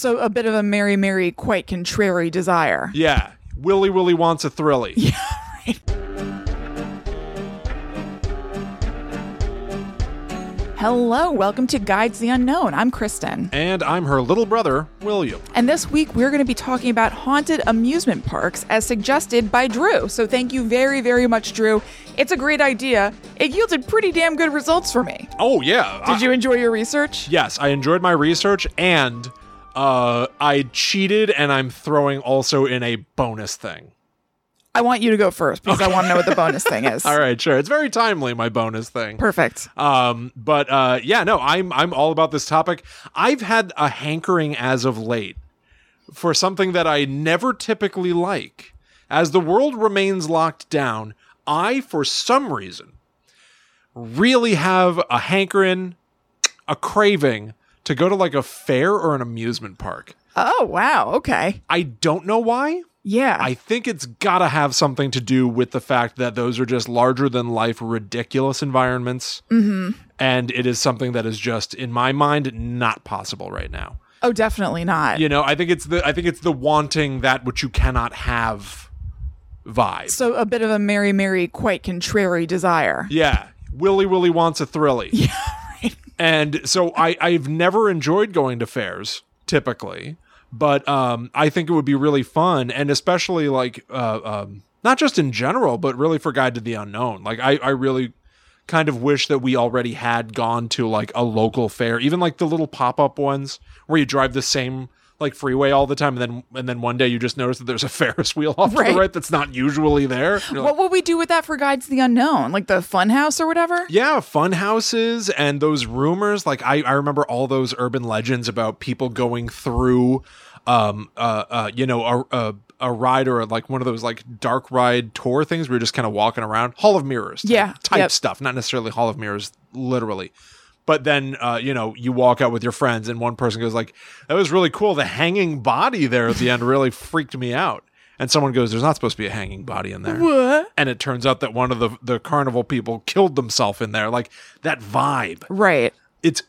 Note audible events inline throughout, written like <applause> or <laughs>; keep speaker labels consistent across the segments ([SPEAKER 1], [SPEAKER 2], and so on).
[SPEAKER 1] So a bit of a merry, merry, quite contrary desire.
[SPEAKER 2] Yeah. Willy Willy wants a thrilly.
[SPEAKER 1] Hello, welcome to Guides the Unknown. I'm Kristen.
[SPEAKER 2] And I'm her little brother, William.
[SPEAKER 1] And this week we're going to be talking about haunted amusement parks as suggested by Drew. So thank you very, very much, Drew. It's a great idea. It yielded pretty damn good results for me.
[SPEAKER 2] Oh, yeah. I-
[SPEAKER 1] Did you enjoy your research?
[SPEAKER 2] yes, I enjoyed my research and uh, I cheated, and I'm throwing also in a bonus thing.
[SPEAKER 1] I want you to go first because I want to know what the bonus thing is.
[SPEAKER 2] <laughs> All right, sure. It's very timely, my bonus thing.
[SPEAKER 1] Perfect.
[SPEAKER 2] Um, but uh, yeah, no, I'm I'm all about this topic. I've had a hankering as of late for something that I never typically like. As the world remains locked down, I, for some reason, really have a hankering, a craving to go to like a fair or an amusement park.
[SPEAKER 1] Oh, wow. Okay.
[SPEAKER 2] I don't know why.
[SPEAKER 1] Yeah.
[SPEAKER 2] I think it's got to have something to do with the fact that those are just larger than life, ridiculous environments. Mm-hmm. And it is something that is just, in my mind, not possible right now.
[SPEAKER 1] oh, definitely not.
[SPEAKER 2] You know, I think it's the I think it's the wanting that which you cannot have vibe.
[SPEAKER 1] So a bit of a merry, merry, quite contrary desire.
[SPEAKER 2] yeah, Willy Willy wants a thrilly. Yeah, And so I I've never enjoyed going to fairs typically, but um I think it would be really fun and especially like uh um not just in general but really for Guide to the Unknown. Like I I really kind of wish that we already had gone to like a local fair, even like the little pop-up ones where you drive the same like freeway all the time and then and then one day you just notice that there's a <laughs> Ferris wheel off to
[SPEAKER 1] Right.
[SPEAKER 2] the right that's not usually there. You're like,
[SPEAKER 1] What would we do with that for Guides to the Unknown? Like the fun house or whatever?
[SPEAKER 2] Yeah, fun houses and those rumors. Like I, I remember all those urban legends about people going through, um, uh, uh you know, a, a a ride or like one of those like dark ride tour things where you're just kind of walking around Hall of Mirrors, type-
[SPEAKER 1] Yeah,
[SPEAKER 2] type
[SPEAKER 1] yep.
[SPEAKER 2] stuff. Not necessarily Hall of Mirrors, literally. But then, uh, you know, you walk out with your friends, and one person goes like, "That was really cool. The hanging body there at the end really freaked me out." And someone goes, "There's not supposed to be a hanging body in there."
[SPEAKER 1] What?
[SPEAKER 2] and it turns out that one of the the carnival people killed themselves in there like that vibe
[SPEAKER 1] Right.
[SPEAKER 2] it's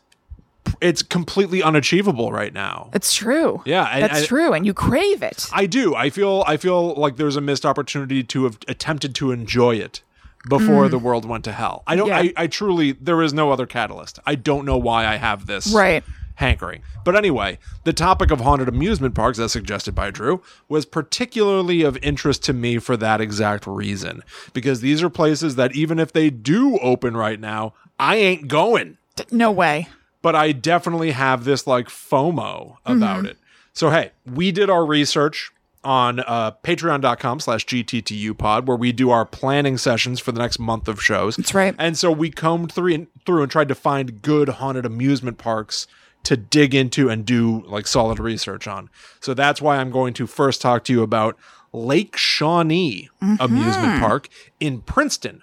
[SPEAKER 2] it's completely unachievable right now
[SPEAKER 1] It's true.
[SPEAKER 2] Yeah, I-
[SPEAKER 1] That's
[SPEAKER 2] I-
[SPEAKER 1] true. And you crave it.
[SPEAKER 2] i do i feel i feel like there's a missed opportunity to have attempted to enjoy it before the world went to hell i don't
[SPEAKER 1] Mm. Yeah.
[SPEAKER 2] I, I truly there is no other catalyst i don't know why i have this
[SPEAKER 1] Right.
[SPEAKER 2] hankering but anyway the topic of haunted amusement parks as suggested by drew was particularly of interest to me for that exact reason because these are places that even if they do open right now i ain't going
[SPEAKER 1] D- no way.
[SPEAKER 2] but I definitely have this like FOMO about
[SPEAKER 1] Mm-hmm.
[SPEAKER 2] it. So hey, we did our research on uh, patreon.com slash gttu pod where we do our planning sessions for the next month of shows
[SPEAKER 1] That's right.
[SPEAKER 2] and so we combed through and, through and tried to find good haunted amusement parks to dig into and do like solid research on so that's why i'm going to first talk to you about lake shawnee
[SPEAKER 1] Mm-hmm.
[SPEAKER 2] amusement park in princeton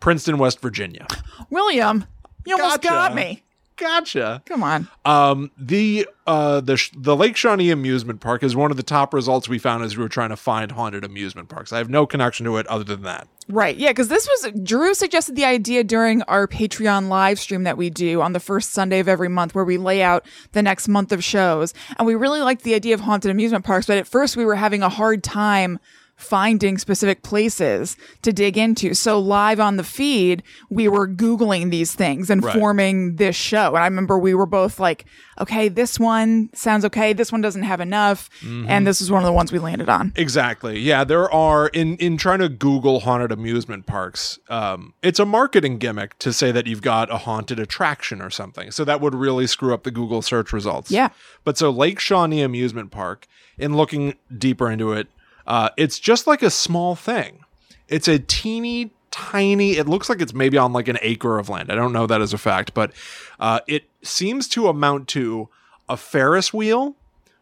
[SPEAKER 2] princeton west virginia
[SPEAKER 1] William, you almost
[SPEAKER 2] Gotcha.
[SPEAKER 1] got me.
[SPEAKER 2] gotcha
[SPEAKER 1] Come on.
[SPEAKER 2] um, the uh, the sh- the Lake Shawnee amusement park is one of the top results we found as we were trying to find haunted amusement parks. I have no connection to it other than that.
[SPEAKER 1] Right. Yeah. Because this was Drew suggested the idea during our Patreon live stream that we do on the first Sunday of every month where we lay out the next month of shows. And we really liked the idea of haunted amusement parks, but at first we were having a hard time finding specific places to dig into. So live on the feed, we were Googling these things and
[SPEAKER 2] Right.
[SPEAKER 1] forming this show. And I remember we were both like, okay, this one sounds okay. This one doesn't have enough. And this was one of the ones we landed on.
[SPEAKER 2] Exactly. Yeah, there are in in trying to Google haunted amusement parks. Um, it's a marketing gimmick to say that you've got a haunted attraction or something. So that would really screw up the Google search results.
[SPEAKER 1] Yeah.
[SPEAKER 2] But so Lake Shawnee amusement park. In looking deeper into it, uh, it's just like a small thing. It's a teeny tiny. It looks like it's maybe on like an acre of land. I don't know that as a fact, but uh, it seems to amount to a Ferris wheel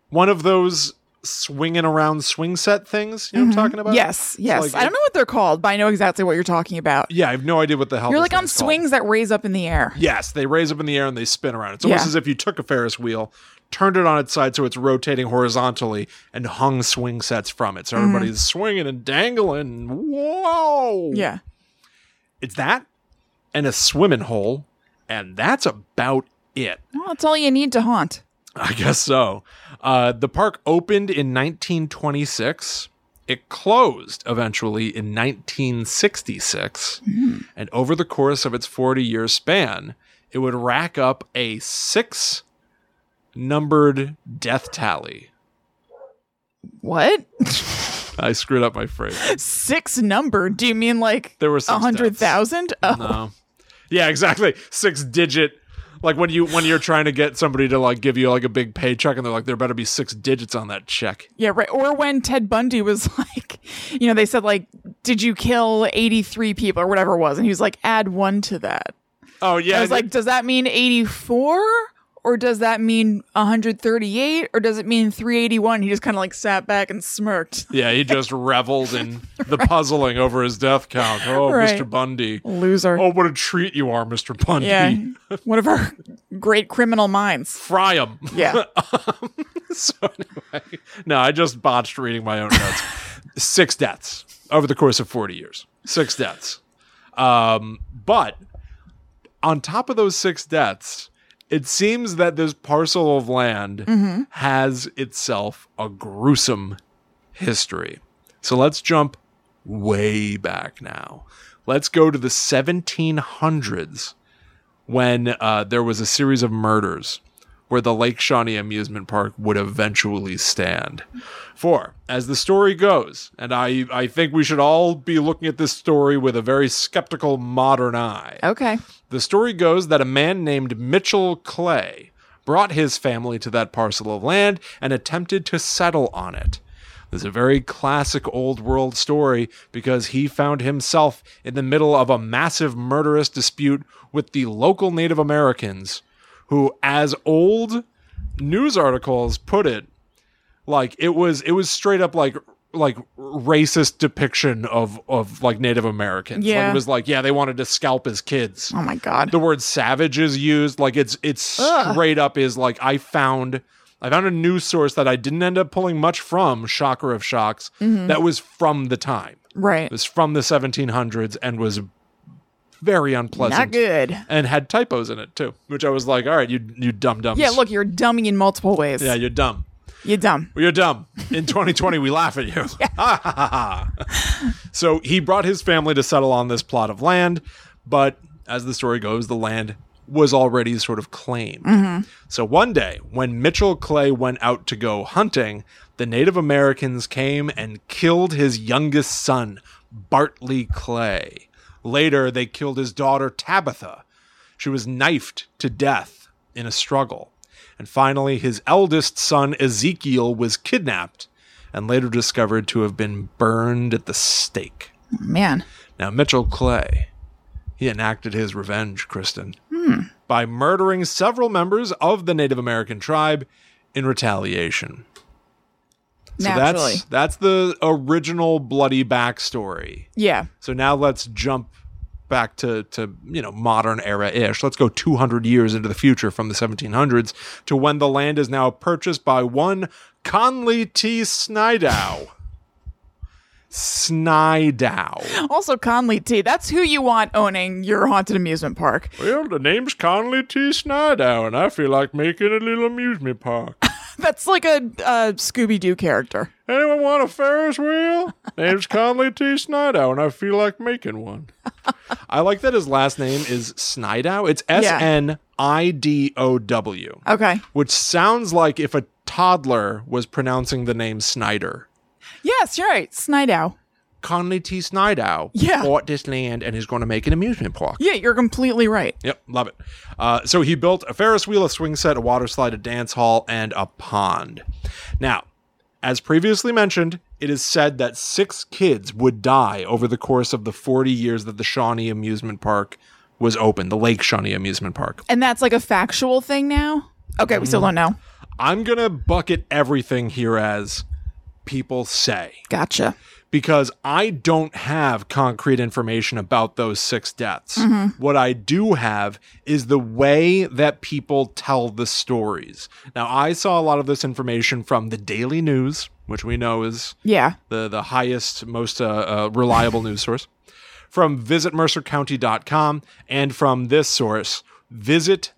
[SPEAKER 2] one of those swinging around swing set things. You know what I'm talking about?
[SPEAKER 1] Mm-hmm. Yes, yes.
[SPEAKER 2] like
[SPEAKER 1] I don't
[SPEAKER 2] it-
[SPEAKER 1] know what they're called, but I know exactly what you're talking about.
[SPEAKER 2] Yeah, I have no idea what the hell.
[SPEAKER 1] You're
[SPEAKER 2] this
[SPEAKER 1] like on
[SPEAKER 2] thing's called.
[SPEAKER 1] swings that raise up in the air.
[SPEAKER 2] Yes, they raise up in the air and they spin around. It's almost
[SPEAKER 1] Yeah.
[SPEAKER 2] as if you took a Ferris wheel, turned it on its side so it's rotating horizontally, and hung swing sets from it. So
[SPEAKER 1] Mm-hmm.
[SPEAKER 2] everybody's swinging and dangling. Whoa!
[SPEAKER 1] Yeah.
[SPEAKER 2] it's that and a swimming hole, and that's about it.
[SPEAKER 1] Well, that's all you need to haunt.
[SPEAKER 2] I guess so. Uh, the park opened in 1926. It closed eventually in 1966.
[SPEAKER 1] Hmm.
[SPEAKER 2] And over the course of its 40 year span, it would rack up a six numbered death tally.
[SPEAKER 1] What? <laughs>
[SPEAKER 2] I screwed up my phrase.
[SPEAKER 1] Six number? Do you mean like
[SPEAKER 2] There were six
[SPEAKER 1] a hundred
[SPEAKER 2] deaths.
[SPEAKER 1] thousand? Oh,
[SPEAKER 2] No. Yeah, exactly. Six digit. Like when you when you're trying to get somebody to like give you like a big paycheck and they're like there better be six digits on that check.
[SPEAKER 1] yeah, right. Or when Ted Bundy was <laughs> like, you know, they said like, did you kill eighty three people or whatever it was, and he was like, add one to that.
[SPEAKER 2] Oh yeah.
[SPEAKER 1] I was
[SPEAKER 2] and it-
[SPEAKER 1] like, does that mean 84? Or does that mean 138? Or does it mean 381? He just kind of like sat back and smirked.
[SPEAKER 2] yeah, he
[SPEAKER 1] <laughs>
[SPEAKER 2] just reveled in the puzzling over his death count. Oh,
[SPEAKER 1] Right.
[SPEAKER 2] Mr. Bundy.
[SPEAKER 1] Loser.
[SPEAKER 2] Oh, what a treat you are, Mr. Bundy.
[SPEAKER 1] yeah. <laughs> One of our great criminal minds.
[SPEAKER 2] Fry him. <laughs>
[SPEAKER 1] Yeah.
[SPEAKER 2] so anyway, no, I just botched reading my own notes. Six deaths over the course of 40 years. Six deaths. Um, but on top of those six deaths, it seems that this parcel of land has itself a gruesome history. So let's jump way back now. Let's go to the 1700s when uh, there was a series of murders where the Lake Shawnee amusement park would eventually stand. For, as the story goes, and I, I think we should all be looking at this story with a very skeptical modern eye.
[SPEAKER 1] Okay.
[SPEAKER 2] The story goes that a man named Mitchell Clay brought his family to that parcel of land and attempted to settle on it. This is a very classic old world story because he found himself in the middle of a massive murderous dispute with the local Native Americans, who, as old news articles put it, like it was it was straight up like like racist depiction of of like Native Americans. Like,
[SPEAKER 1] Yeah.
[SPEAKER 2] it was like, yeah, they wanted to scalp his kids
[SPEAKER 1] Oh my God.
[SPEAKER 2] the word savage is used like it's it's
[SPEAKER 1] Ugh.
[SPEAKER 2] straight up is like i found i found a news source that i didn't end up pulling much from shocker of shocks
[SPEAKER 1] Mm-hmm.
[SPEAKER 2] that was from the time
[SPEAKER 1] right.
[SPEAKER 2] it was from the 1700s and was very
[SPEAKER 1] Not
[SPEAKER 2] unpleasant
[SPEAKER 1] good.
[SPEAKER 2] and had typos in it too which i was like all right you you dumb dumb
[SPEAKER 1] Yeah, look, you're dummy in multiple ways.
[SPEAKER 2] yeah you're dumb
[SPEAKER 1] You're dumb.
[SPEAKER 2] well, you're dumb. In 2020, we laugh at you. Ha, ha, ha, ha. so he brought his family to settle on this plot of land, but as the story goes, the land was already sort of claimed. So one day, when Mitchell Clay went out to go hunting, the Native Americans came and killed his youngest son, Bartley Clay. Later, they killed his daughter, Tabitha. She was knifed to death in a struggle. And finally, his eldest son, Ezekiel, was kidnapped and later discovered to have been burned at the stake.
[SPEAKER 1] Man.
[SPEAKER 2] Now, Mitchell Clay, he enacted his revenge, Kristen, by murdering several members of the Native American tribe in retaliation. So
[SPEAKER 1] Naturally.
[SPEAKER 2] that's that's the original bloody backstory.
[SPEAKER 1] yeah.
[SPEAKER 2] So now let's jump back to to you know modern era ish. Let's go 200 years into the future from the 1700s to when the land is now purchased by one Conley T. Snidow. Snidow.
[SPEAKER 1] Also, Conley T. That's who you want owning your haunted amusement park.
[SPEAKER 2] Well, the name's Conley T. Snidow, and I feel like making a little amusement park.
[SPEAKER 1] That's like a uh, Scooby Doo character.
[SPEAKER 2] Anyone want a Ferris wheel? Name's Conley T. Snidow, and I feel like making one. <laughs> I like that his last name is Snidow. It's S N I D O W,
[SPEAKER 1] Okay.
[SPEAKER 2] which sounds like if a toddler was pronouncing the name Snyder.
[SPEAKER 1] Yes, you're right. Snidow.
[SPEAKER 2] Conley T. Snidow
[SPEAKER 1] Yeah.
[SPEAKER 2] bought this land and is going to make an amusement park.
[SPEAKER 1] Yeah, you're completely right.
[SPEAKER 2] Yep, love it. Uh, so he built a Ferris wheel, a swing set, a water slide, a dance hall, and a pond. Now, as previously mentioned, it is said that six kids would die over the course of the 40 years that the Shawnee Amusement Park was open, the Lake Shawnee Amusement Park.
[SPEAKER 1] And that's like a factual thing now? Okay, we still
[SPEAKER 2] Mm-hmm.
[SPEAKER 1] don't know.
[SPEAKER 2] I'm going to bucket everything here as people say.
[SPEAKER 1] Gotcha.
[SPEAKER 2] because I don't have concrete information about those six deaths. What I do have is the way that people tell the stories. Now, I saw a lot of this information from the Daily News, which we know is
[SPEAKER 1] Yeah.
[SPEAKER 2] the, the highest, most uh, uh, reliable news source, from visitmercercounty.com, and from this source, visit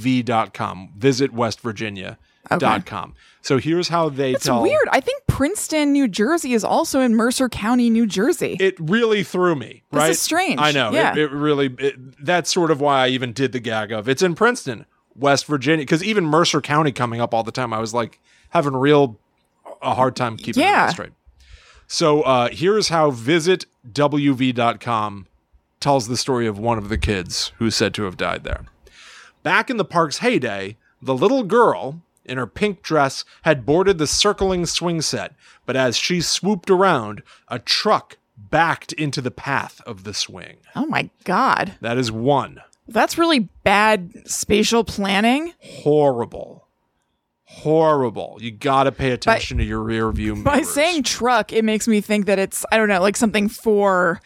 [SPEAKER 2] wv.com. Visit West Virginia. Dot com. So here's how they
[SPEAKER 1] It's
[SPEAKER 2] tell
[SPEAKER 1] weird. I think Princeton, New Jersey is also in Mercer County, New Jersey.
[SPEAKER 2] <laughs> it really threw me
[SPEAKER 1] This
[SPEAKER 2] right
[SPEAKER 1] is strange.
[SPEAKER 2] i know
[SPEAKER 1] Yeah.
[SPEAKER 2] it, it really it, that's sort of why i even did the gag of it's in princeton west virginia because even mercer county coming up all the time i was like having real a hard time keeping
[SPEAKER 1] Yeah.
[SPEAKER 2] it straight so uh here's how visit wv.com tells the story of one of the kids who's said to have died there Back in the park's heyday, the little girl, in her pink dress, had boarded the circling swing set, but as she swooped around, a truck backed into the path of the swing.
[SPEAKER 1] oh my God.
[SPEAKER 2] That is one.
[SPEAKER 1] That's really bad spatial planning.
[SPEAKER 2] Horrible. Horrible. You gotta pay attention to your rear view mirrors.
[SPEAKER 1] By saying truck, it makes me think that it's, I don't know, like something for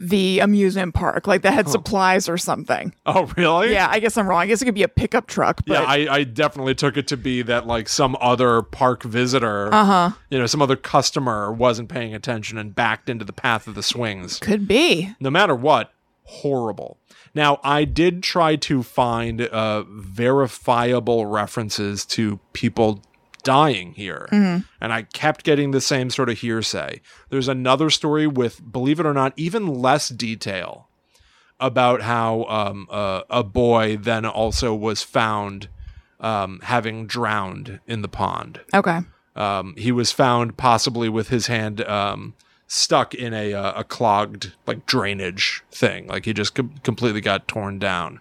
[SPEAKER 1] the amusement park, like that had supplies or something.
[SPEAKER 2] Oh, really?
[SPEAKER 1] Yeah, I guess I'm wrong. I guess it could be a pickup truck, but
[SPEAKER 2] Yeah, I, I definitely took it to be that like some other park visitor, uh-huh. you know, some other customer wasn't paying attention and backed into the path of the swings.
[SPEAKER 1] could be.
[SPEAKER 2] no matter what, horrible. Now, I did try to find uh, verifiable references to people dying here, and I kept getting the same sort of hearsay. There's another story with, believe it or not, even less detail about how um, uh, a boy then also was found um, having drowned in the pond.
[SPEAKER 1] Okay.
[SPEAKER 2] Um, he was found possibly with his hand um, stuck in a uh, a clogged like drainage thing. Like he just com- completely got torn down.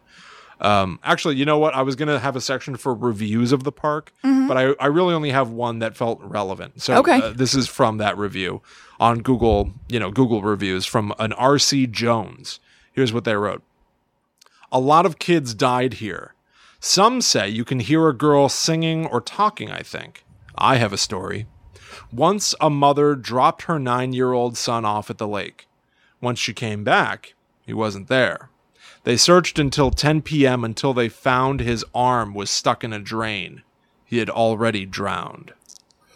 [SPEAKER 2] Um, actually, you know what? I was gonna have a section for reviews of the park, but I, I really only have one that felt relevant. So
[SPEAKER 1] Okay.
[SPEAKER 2] uh, this is from that review on Google. You know, Google reviews from an RC Jones. Here's what they wrote. A lot of kids died here. Some say you can hear a girl singing or talking, I think. I have a story. Once a mother dropped her nine year old son off at the lake. Once she came back, he wasn't there. They searched until 10 p.m. until they found his arm was stuck in a drain. He had already drowned.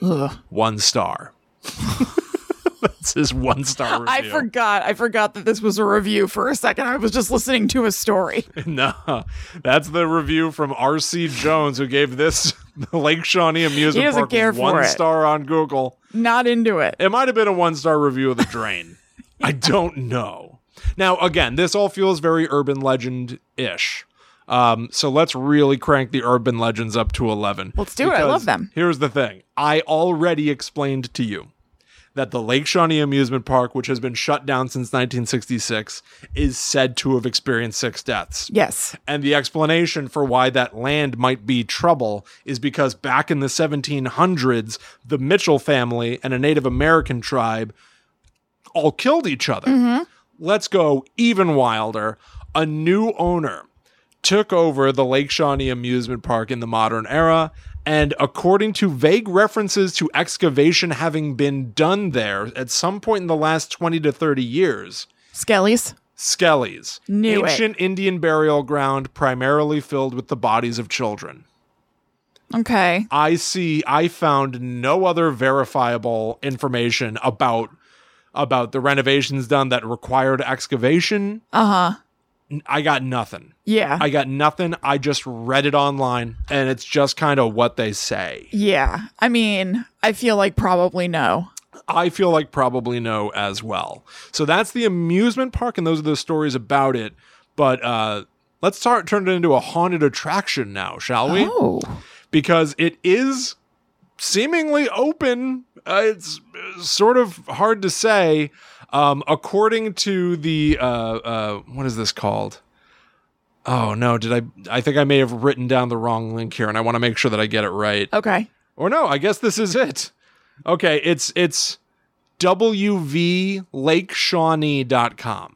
[SPEAKER 1] Ugh.
[SPEAKER 2] One star. <laughs> That's his one star review.
[SPEAKER 1] I forgot. I forgot that this was a review for a second. I was just listening to a
[SPEAKER 2] <laughs>
[SPEAKER 1] story.
[SPEAKER 2] No, that's the review from R.C. Jones, who gave this <laughs> Lake Shawnee amusement
[SPEAKER 1] He doesn't
[SPEAKER 2] park
[SPEAKER 1] care for
[SPEAKER 2] one
[SPEAKER 1] it.
[SPEAKER 2] star on Google.
[SPEAKER 1] Not into it.
[SPEAKER 2] It might have been a one star review of the
[SPEAKER 1] <laughs>
[SPEAKER 2] drain. I don't know. Now, again, this all feels very urban legend ish. Um, so let's really crank the urban legends up to 11.
[SPEAKER 1] Let's do it. I love them.
[SPEAKER 2] Here's the thing I already explained to you that the Lake Shawnee amusement park, which has been shut down since 1966, is said to have experienced six deaths.
[SPEAKER 1] Yes.
[SPEAKER 2] And the explanation for why that land might be trouble is because back in the 1700s, the Mitchell family and a Native American tribe all killed each other. Let's go even wilder. A new owner took over the Lake Shawnee amusement park in the modern era. And according to vague references to excavation having been done there at some point in the last 20 to 30 years,
[SPEAKER 1] Skellies.
[SPEAKER 2] Skellies,
[SPEAKER 1] Knew it.
[SPEAKER 2] ancient Indian burial ground primarily filled with the bodies of children.
[SPEAKER 1] Okay.
[SPEAKER 2] I see. I found no other verifiable information about about the renovations done that required excavation. Uh huh. I got nothing.
[SPEAKER 1] Uh-huh. Yeah.
[SPEAKER 2] I got nothing. I just read it online, and it's just kind of what they say.
[SPEAKER 1] yeah. I mean, I feel like probably no.
[SPEAKER 2] I feel like probably no as well. So that's the amusement park, and those are the stories about it. But uh, let's start turn it into a haunted attraction now, shall we?
[SPEAKER 1] Oh.
[SPEAKER 2] Because it is seemingly open. Uh, it's uh, sort of hard to say. Um, according to the uh, uh, what is this called? Oh no! Did I? I think I may have written down the wrong link here, and I want to make sure that I get it right.
[SPEAKER 1] Okay.
[SPEAKER 2] Or no, I guess this is it. Okay, it's it's wvlakeshawnee.com.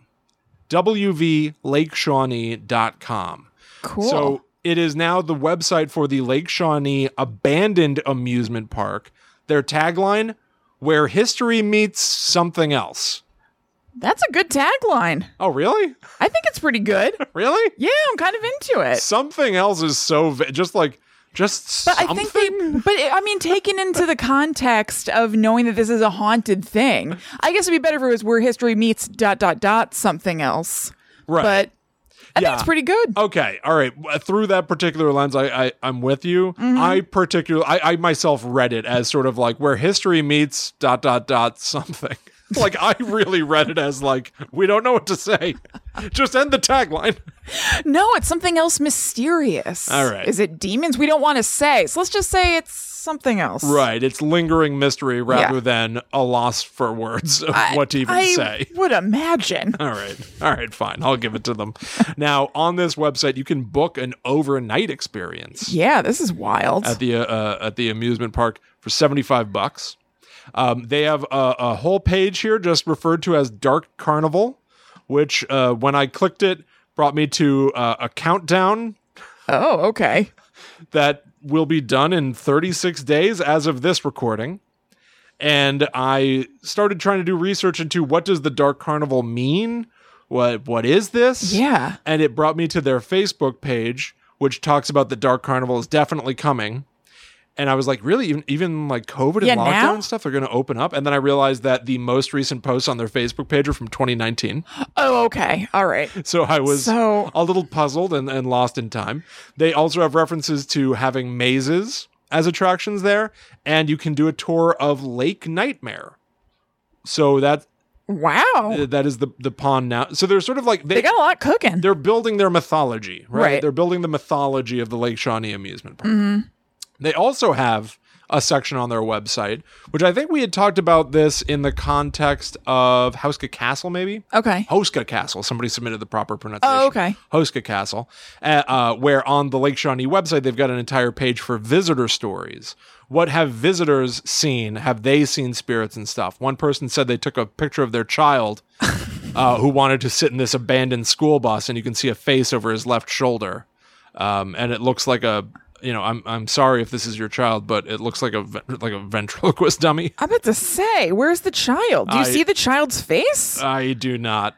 [SPEAKER 2] wvlakeshawnee.com.
[SPEAKER 1] Cool.
[SPEAKER 2] So it is now the website for the Lake Shawnee Abandoned Amusement Park. Their tagline, where history meets something else.
[SPEAKER 1] That's a good tagline.
[SPEAKER 2] Oh, really?
[SPEAKER 1] I think it's pretty good.
[SPEAKER 2] <laughs> Really?
[SPEAKER 1] Yeah, I'm kind of into it.
[SPEAKER 2] Something else is so va- just like just
[SPEAKER 1] But I
[SPEAKER 2] something.
[SPEAKER 1] think they, but it- I mean, taken into the context of knowing that this is a haunted thing, I guess it'd be better if it was where history meets dot dot dot something else.
[SPEAKER 2] right.
[SPEAKER 1] But I
[SPEAKER 2] Yeah. Uh,
[SPEAKER 1] think it's pretty good.
[SPEAKER 2] Okay, all right. W- Through that particular lens, I, I I'm with you.
[SPEAKER 1] Mm-hmm.
[SPEAKER 2] I particularly, I, I myself read it as sort of like where history meets dot dot dot something. <laughs> like I really read it as like we don't know what to say. <laughs> Just end the tagline.
[SPEAKER 1] No, it's something else mysterious.
[SPEAKER 2] All right.
[SPEAKER 1] Is it demons? We don't want to say. So let's just say it's something else.
[SPEAKER 2] Right, it's lingering mystery rather
[SPEAKER 1] Yeah.
[SPEAKER 2] than a loss for words of
[SPEAKER 1] I-
[SPEAKER 2] what to even
[SPEAKER 1] I
[SPEAKER 2] say.
[SPEAKER 1] would imagine.
[SPEAKER 2] All right. All right, fine. I'll give it
[SPEAKER 1] <laughs>
[SPEAKER 2] to them. now, on this website, you can book an overnight experience.
[SPEAKER 1] Yeah, this is wild.
[SPEAKER 2] at the uh, uh, at the amusement park for 75 bucks. Um, they have a, a whole page here just referred to as Dark Carnival, which uh, when I clicked it brought me to uh, a countdown
[SPEAKER 1] oh, okay.
[SPEAKER 2] that will be done in 36 days as of this recording. And I started trying to do research into what does the Dark Carnival mean? What what is this?
[SPEAKER 1] Yeah.
[SPEAKER 2] and it brought me to their Facebook page, which talks about the Dark Carnival is definitely coming. And I was like, really, even, even like COVID and
[SPEAKER 1] Yeah,
[SPEAKER 2] lockdown
[SPEAKER 1] now?
[SPEAKER 2] and stuff are going to open up. And then I realized that the most recent posts on their Facebook page are from 2019.
[SPEAKER 1] Oh, okay. All right.
[SPEAKER 2] So I was
[SPEAKER 1] So-
[SPEAKER 2] a little puzzled and, and lost in time. They also have references to having mazes as attractions there, and you can do a tour of Lake Nightmare. So that
[SPEAKER 1] Wow.
[SPEAKER 2] that is the the pond now. So they're sort of like
[SPEAKER 1] They got a lot cooking.
[SPEAKER 2] they're building their mythology, right?
[SPEAKER 1] Right. Mm-hmm.
[SPEAKER 2] They're building the mythology of the Lake Shawnee amusement park. They also have a section on their website, which I think we had talked about this in the context of Hauska Castle, maybe
[SPEAKER 1] Okay.
[SPEAKER 2] Hoska Castle. Somebody submitted the proper pronunciation.
[SPEAKER 1] Oh, okay.
[SPEAKER 2] Hoska Castle, uh, uh, where on the Lake Shawnee website they've got an entire page for visitor stories. What have visitors seen? Have they seen spirits and stuff? One person said they took a picture of
[SPEAKER 1] <laughs>
[SPEAKER 2] their child uh, who wanted to sit in this abandoned school bus, and you can see a face over his left shoulder, um, and it looks like a you know I'm I'm sorry if this is your child, but it looks like a ven- like a ventriloquist dummy.
[SPEAKER 1] I'm about to say, where's the child? Do you
[SPEAKER 2] I- Uh,
[SPEAKER 1] see the child's face?
[SPEAKER 2] I do not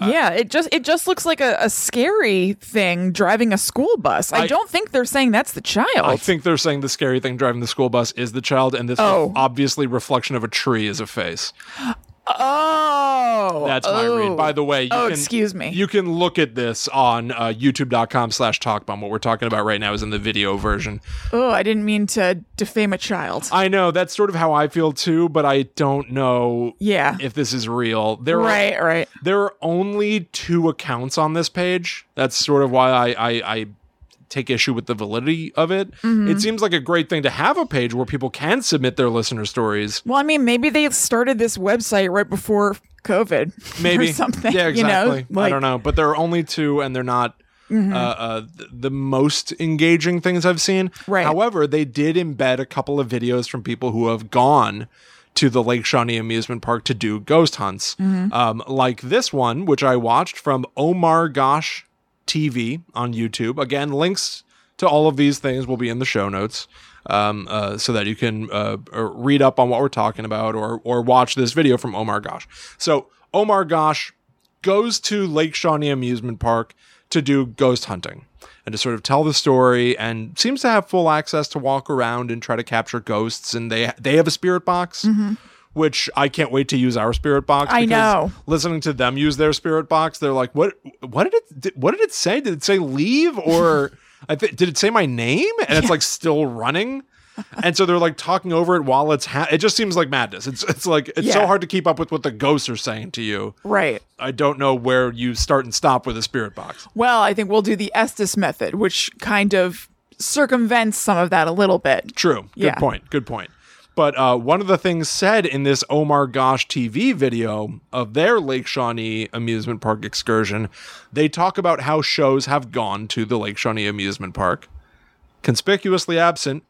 [SPEAKER 1] yeah, it just it just looks like a, a scary thing driving a school bus. I,
[SPEAKER 2] I-
[SPEAKER 1] don't think they're saying that's the child.
[SPEAKER 2] I think they're saying the scary thing driving the school bus is the child, and this
[SPEAKER 1] Oh.
[SPEAKER 2] obviously reflection of a tree is a face.
[SPEAKER 1] oh,
[SPEAKER 2] That's my
[SPEAKER 1] oh.
[SPEAKER 2] read. By the way, you
[SPEAKER 1] oh,
[SPEAKER 2] can,
[SPEAKER 1] excuse me.
[SPEAKER 2] You can look at this on uh, youtube.com slash talkbomb. What we're talking about right now is in the video version.
[SPEAKER 1] oh, I didn't mean to defame a child.
[SPEAKER 2] I know that's sort of how I feel too, but I don't know
[SPEAKER 1] yeah.
[SPEAKER 2] if this is real. There are
[SPEAKER 1] Right, right.
[SPEAKER 2] There are only two accounts on this page. That's sort of why I I, I take issue with the validity of it.
[SPEAKER 1] Mm-hmm.
[SPEAKER 2] It seems like a great thing to have a page where people can submit their listener stories.
[SPEAKER 1] Well, I mean, maybe they started this website right before COVID, <laughs>
[SPEAKER 2] Maybe
[SPEAKER 1] or something.
[SPEAKER 2] Yeah, exactly.
[SPEAKER 1] You know? Like,
[SPEAKER 2] I don't know, but there are only two, and they're not. Uh, uh, th- the most engaging things I've seen.
[SPEAKER 1] Right.
[SPEAKER 2] However, they did embed a couple of videos from people who have gone to the Lake Shawnee amusement park to do ghost hunts, um, like this one, which I watched from Omar Gosh TV on YouTube. Again, links to all of these things will be in the show notes. Um, uh, so that you can uh, uh, read up on what we're talking about or or watch this video from Omar Gosh. So Omar Gosh goes to Lake Shawnee Amusement Park to do ghost hunting and to sort of tell the story and seems to have full access to walk around and try to capture ghosts and they they have a spirit box which I can't wait to use our spirit box
[SPEAKER 1] Mm-hmm. I know.
[SPEAKER 2] listening to them use their spirit box they're like what what did it did, what did it say did it say
[SPEAKER 1] <laughs>
[SPEAKER 2] leave or I thi- did it say my name and it's like still running and so they're like talking over it while it's ha- it just seems like madness it's it's like it's so
[SPEAKER 1] Yeah.
[SPEAKER 2] hard to keep up with what the ghosts are saying to you
[SPEAKER 1] Right.
[SPEAKER 2] I don't know where you start and stop with a spirit box.
[SPEAKER 1] Well, I think we'll do the Estes method, which kind of circumvents some of that a little bit.
[SPEAKER 2] True. Good
[SPEAKER 1] Yeah.
[SPEAKER 2] point. Good point. But uh, one of the things said in this Omar Gosh TV video of their Lake Shawnee amusement park excursion, they talk about how shows have gone to the Lake Shawnee amusement park. Conspicuously absent,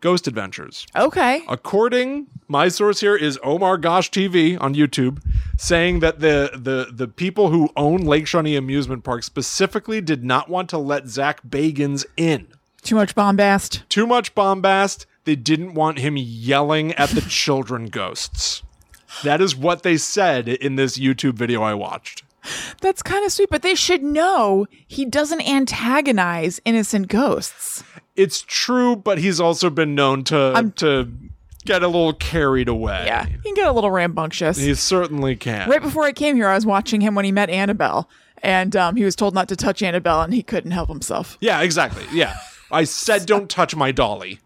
[SPEAKER 2] Ghost Adventures.
[SPEAKER 1] Okay.
[SPEAKER 2] According, my source here is Omar Gosh TV on YouTube, saying that the the the people who own Lake Shawnee amusement park specifically did not want to let Zach Bagans in.
[SPEAKER 1] Too much bombast.
[SPEAKER 2] Too much bombast. They didn't want him yelling at the children ghosts. That is what they said in this YouTube video I watched.
[SPEAKER 1] That's kind of sweet, but they should know he doesn't antagonize innocent ghosts.
[SPEAKER 2] It's true, but he's also been known to to get a little carried away.
[SPEAKER 1] Yeah. He can get a little rambunctious.
[SPEAKER 2] He certainly can.
[SPEAKER 1] Right before I came here, I was watching him when he met Annabelle, and um, he was told not to touch Annabelle, and he couldn't help himself.
[SPEAKER 2] Yeah, exactly. Yeah. I said don't touch my dolly.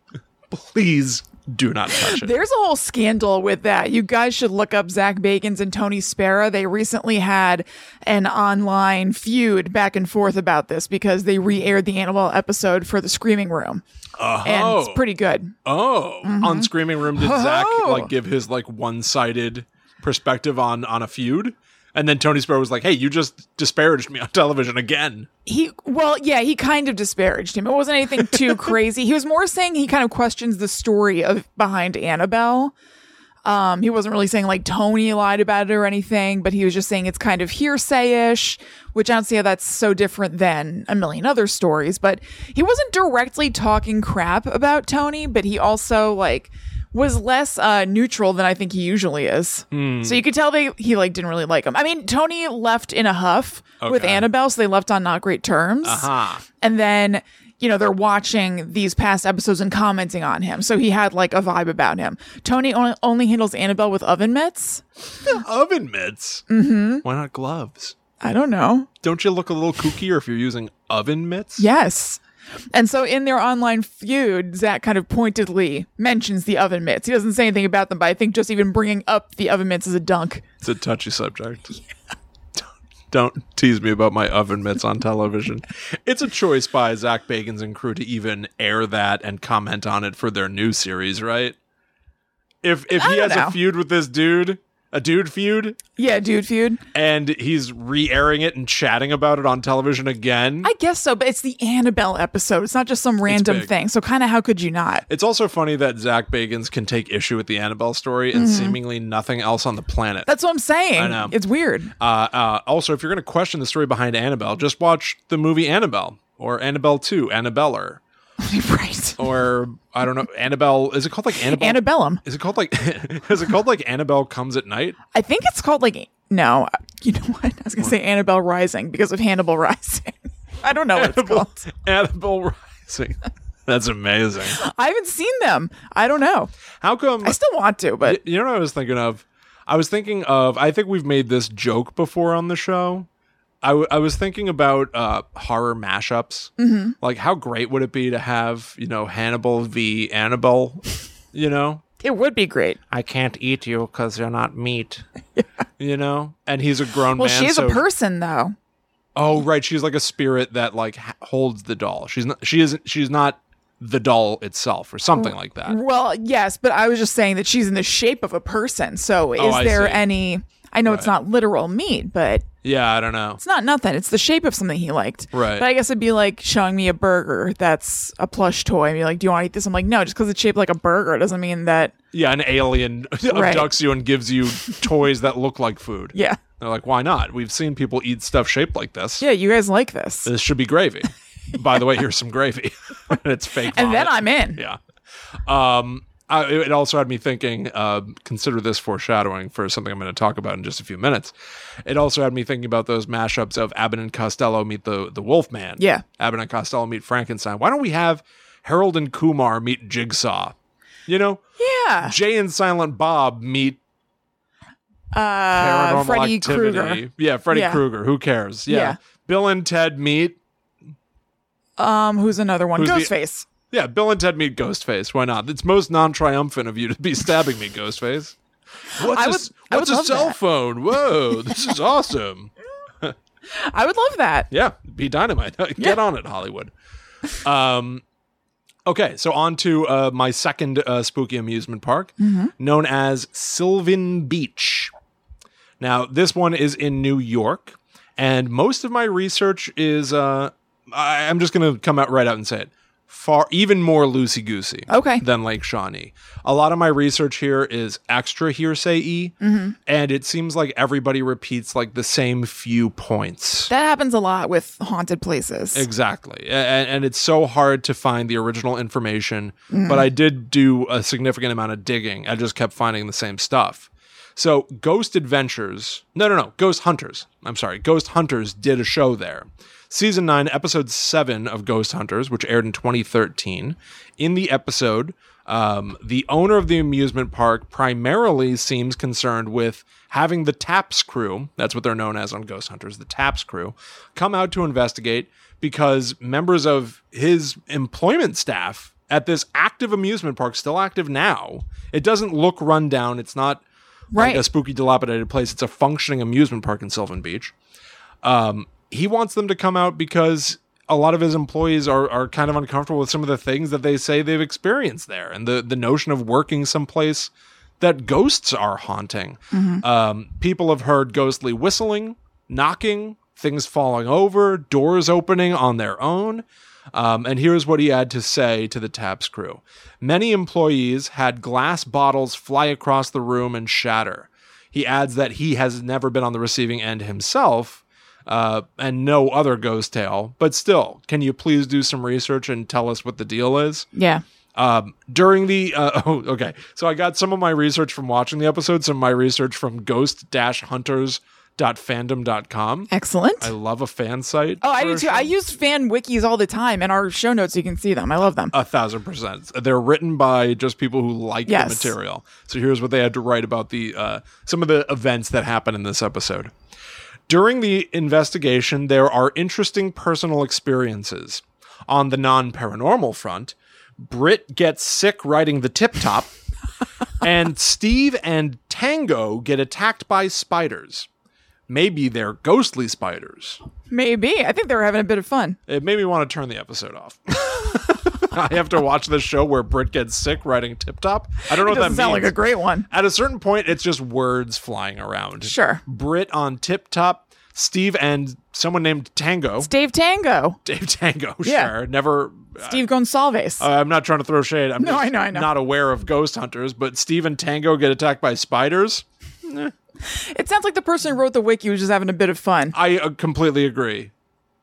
[SPEAKER 2] Please do not touch it.
[SPEAKER 1] There's a whole scandal with that. You guys should look up Zach Bagans and Tony Spera. They recently had an online feud back and forth about this because they re aired the Annabelle episode for the Screaming Room.
[SPEAKER 2] Oh.
[SPEAKER 1] And it's pretty good.
[SPEAKER 2] Oh, on Screaming Room, did Zach
[SPEAKER 1] Oh.
[SPEAKER 2] like give his like one-sided perspective on on a feud, and then Tony Sparrow was like, "Hey, you just disparaged me on television again."
[SPEAKER 1] He, well, yeah, he kind of disparaged him. It wasn't anything too crazy. He was more saying he kind of questions the story of behind Annabelle. Um, he wasn't really saying like Tony lied about it or anything, but he was just saying it's kind of hearsay ish, which I don't see how that's so different than a million other stories. But he wasn't directly talking crap about Tony, but he also like was less uh, neutral than I think he usually is. So you could tell they he like didn't really like him. I mean, Tony left in a huff with
[SPEAKER 2] Okay.
[SPEAKER 1] Annabelle, so they left on not great terms.
[SPEAKER 2] Aha.
[SPEAKER 1] And then, you know, they're watching these past episodes and commenting on him. So he had like a vibe about him. Tony only, only handles Annabelle with oven mitts.
[SPEAKER 2] Oven mitts. Mm-hmm. Why not gloves?
[SPEAKER 1] I don't know.
[SPEAKER 2] Don't you look a little kookier if you're using oven mitts?
[SPEAKER 1] Yes. And so in their online feud, Zach kind of pointedly mentions the oven mitts. He doesn't say anything about them, but I think just even bringing up the oven mitts is a dunk.
[SPEAKER 2] It's a touchy subject. Don't don't tease me about my oven mitts on television. It's a choice by Zach Bagans and crew to even air that and comment on it for their new series, right? If if he
[SPEAKER 1] don't
[SPEAKER 2] has
[SPEAKER 1] know.
[SPEAKER 2] a feud with this dude, a dude feud,
[SPEAKER 1] Yeah, dude feud.
[SPEAKER 2] and he's re-airing it and chatting about it on television again.
[SPEAKER 1] I guess so, but it's the Annabelle episode. It's not just some random
[SPEAKER 2] big.
[SPEAKER 1] thing. So kind of how could you not?
[SPEAKER 2] it's also funny that Zach Bagans can take issue with the Annabelle story
[SPEAKER 1] Mm-hmm.
[SPEAKER 2] and seemingly nothing else on the planet.
[SPEAKER 1] That's what I'm saying. I
[SPEAKER 2] know.
[SPEAKER 1] It's weird. <laughs>
[SPEAKER 2] Uh, uh, also, if you're going to question the story behind Annabelle, just watch the movie Annabelle or Annabelle 2, Annabeller,
[SPEAKER 1] right.
[SPEAKER 2] or
[SPEAKER 1] <laughs>
[SPEAKER 2] I don't know, Annabelle. Is it called like Annabelle?
[SPEAKER 1] Annabellum.
[SPEAKER 2] is it called like <laughs> is it called like Annabelle comes at night?
[SPEAKER 1] I think it's called like no, <laughs> you know what? I was gonna say Annabelle Rising because of Hannibal Rising. <laughs> I don't know what it's
[SPEAKER 2] Annabelle,
[SPEAKER 1] called.
[SPEAKER 2] <laughs> Annabelle Rising. That's amazing.
[SPEAKER 1] I haven't seen them. I don't know.
[SPEAKER 2] How come
[SPEAKER 1] I still want to, but
[SPEAKER 2] You know what I was thinking of? I was thinking of. I think we've made this joke before on the show. I, w- I was thinking about uh, horror mashups. Mm-hmm. Like, how great would it be to have you know Hannibal v. Annabelle? You know,
[SPEAKER 1] it would be great.
[SPEAKER 2] I can't eat you because you're
[SPEAKER 1] <laughs>
[SPEAKER 2] not meat. You know, and he's a grown
[SPEAKER 1] Well,
[SPEAKER 2] man.
[SPEAKER 1] she's
[SPEAKER 2] so-
[SPEAKER 1] a person though.
[SPEAKER 2] Oh, right. She's like a spirit that like h- holds the doll. She's not. She isn't. She's not the doll itself, or
[SPEAKER 1] Oh,
[SPEAKER 2] something like that.
[SPEAKER 1] Well, yes, but I was just saying that she's in the shape of a person. So is
[SPEAKER 2] Oh, I
[SPEAKER 1] there
[SPEAKER 2] see.
[SPEAKER 1] any I know it's not literal meat, but
[SPEAKER 2] Yeah, I don't know.
[SPEAKER 1] it's not nothing. It's the shape of something he liked.
[SPEAKER 2] Right.
[SPEAKER 1] But I guess it'd be like showing me a burger that's a plush toy and be like, Do you want to eat this? I'm like, no, just because it's shaped like a burger doesn't mean that
[SPEAKER 2] Yeah, an alien <laughs>
[SPEAKER 1] Right.
[SPEAKER 2] abducts you and gives you toys that look like food.
[SPEAKER 1] yeah.
[SPEAKER 2] They're like, why not? We've seen people eat stuff shaped like this.
[SPEAKER 1] Yeah, you guys like this.
[SPEAKER 2] This should be gravy. By the way, here's some gravy. <laughs> and it's fake.
[SPEAKER 1] and then I'm
[SPEAKER 2] vomit.
[SPEAKER 1] in.
[SPEAKER 2] Yeah. Um, I, it also had me thinking, uh, consider this foreshadowing for something I'm going to talk about in just a few minutes. It also had me thinking about those mashups of Abbott and Costello meet the, the Wolfman.
[SPEAKER 1] Yeah.
[SPEAKER 2] Abbott and Costello meet Frankenstein. Why don't we have Harold and Kumar meet Jigsaw? You know,
[SPEAKER 1] Yeah.
[SPEAKER 2] Jay and Silent Bob meet
[SPEAKER 1] Uh,
[SPEAKER 2] Paranormal
[SPEAKER 1] Freddy
[SPEAKER 2] Activity.
[SPEAKER 1] Krueger.
[SPEAKER 2] Yeah, Freddy
[SPEAKER 1] Yeah.
[SPEAKER 2] Krueger. Who cares? Yeah.
[SPEAKER 1] Yeah.
[SPEAKER 2] Bill and Ted meet.
[SPEAKER 1] Um, who's another one?
[SPEAKER 2] Who's the-
[SPEAKER 1] Ghostface.
[SPEAKER 2] Yeah, Bill and Ted meet Ghostface. Why not? It's most non-triumphant of you to be <laughs> stabbing me, Ghostface. What's
[SPEAKER 1] I
[SPEAKER 2] a,
[SPEAKER 1] would-
[SPEAKER 2] s-
[SPEAKER 1] I would
[SPEAKER 2] what's a
[SPEAKER 1] love
[SPEAKER 2] cell
[SPEAKER 1] that.
[SPEAKER 2] phone? Whoa,
[SPEAKER 1] <laughs>
[SPEAKER 2] this is awesome.
[SPEAKER 1] I would love that.
[SPEAKER 2] Yeah, be dynamite. <laughs> Get on it, Hollywood. Um, okay, so on to uh, my second uh, spooky amusement park,
[SPEAKER 1] Mm-hmm.
[SPEAKER 2] known as Sylvan Beach. Now, this one is in New York, and most of my research is, uh, I, I'm just going to come out right out and say it, far even more loosey goosey
[SPEAKER 1] Okay.
[SPEAKER 2] than Lake Shawnee. A lot of my research here is extra hearsay y,
[SPEAKER 1] Mm-hmm.
[SPEAKER 2] and it seems like everybody repeats like the same few points.
[SPEAKER 1] That happens a lot with haunted places.
[SPEAKER 2] Exactly. A- And, and it's so hard to find the original information, but I did do a significant amount of digging. I just kept finding the same stuff. So, Ghost Adventures, no, no, no, Ghost Hunters, I'm sorry, Ghost Hunters did a show there. Season 9, episode 7 of Ghost Hunters, which aired in 2013. In the episode, Um, the owner of the amusement park primarily seems concerned with having the TAPS crew, that's what they're known as on Ghost Hunters, the TAPS crew, come out to investigate because members of his employment staff at this active amusement park, still active now, it doesn't look run down. It's not like
[SPEAKER 1] Right.
[SPEAKER 2] a spooky, dilapidated place. It's a functioning amusement park in Sylvan Beach. Um, he wants them to come out because a lot of his employees are, are kind of uncomfortable with some of the things that they say they've experienced there and the, the notion of working someplace that ghosts are haunting. Um, people have heard ghostly whistling, knocking, things falling over, doors opening on their own. Um, and here's what he had to say to the TAPS crew. Many employees had glass bottles fly across the room and shatter. He adds that he has never been on the receiving end himself uh, and no other ghost tale, but still, can you please do some research and tell us what the deal is?
[SPEAKER 1] Yeah.
[SPEAKER 2] Um, during the uh, <laughs> oh, okay, so I got some of my research from watching the episode, some of my research from ghost-hunters.fandom.com.
[SPEAKER 1] Excellent.
[SPEAKER 2] I love a fan site.
[SPEAKER 1] oh, I
[SPEAKER 2] for
[SPEAKER 1] do
[SPEAKER 2] a
[SPEAKER 1] too. I use fan wikis all the time in our show notes. You can see them. I love them.
[SPEAKER 2] A thousand percent. They're written by just people who like
[SPEAKER 1] Yes.
[SPEAKER 2] the material. So here's what they had to write about the uh, some of the events that happen in this episode. During the investigation, there are interesting personal experiences. On the non paranormal front, Britt gets sick riding the tip top, and Steve and Tango get attacked by spiders. Maybe they're ghostly spiders.
[SPEAKER 1] Maybe. I think they were having a bit of fun.
[SPEAKER 2] It made me want to turn the episode off. <laughs> I have to watch this show where Britt gets sick riding tip top. I don't know
[SPEAKER 1] It
[SPEAKER 2] what that
[SPEAKER 1] doesn't
[SPEAKER 2] means.
[SPEAKER 1] sound like a great one.
[SPEAKER 2] At a certain point, it's just words flying around.
[SPEAKER 1] Sure.
[SPEAKER 2] Britt on tip top, Steve and someone named Tango.
[SPEAKER 1] Dave Tango.
[SPEAKER 2] Dave Tango, <laughs>
[SPEAKER 1] Yeah.
[SPEAKER 2] sure. Never.
[SPEAKER 1] Steve Gonsalves.
[SPEAKER 2] I- I'm not trying to throw shade. I'm
[SPEAKER 1] No,
[SPEAKER 2] just
[SPEAKER 1] I know, I know.
[SPEAKER 2] not aware of ghost hunters, but Steve and Tango get attacked by spiders.
[SPEAKER 1] it sounds like the person who wrote the wiki was just having a bit of fun.
[SPEAKER 2] I uh, completely agree.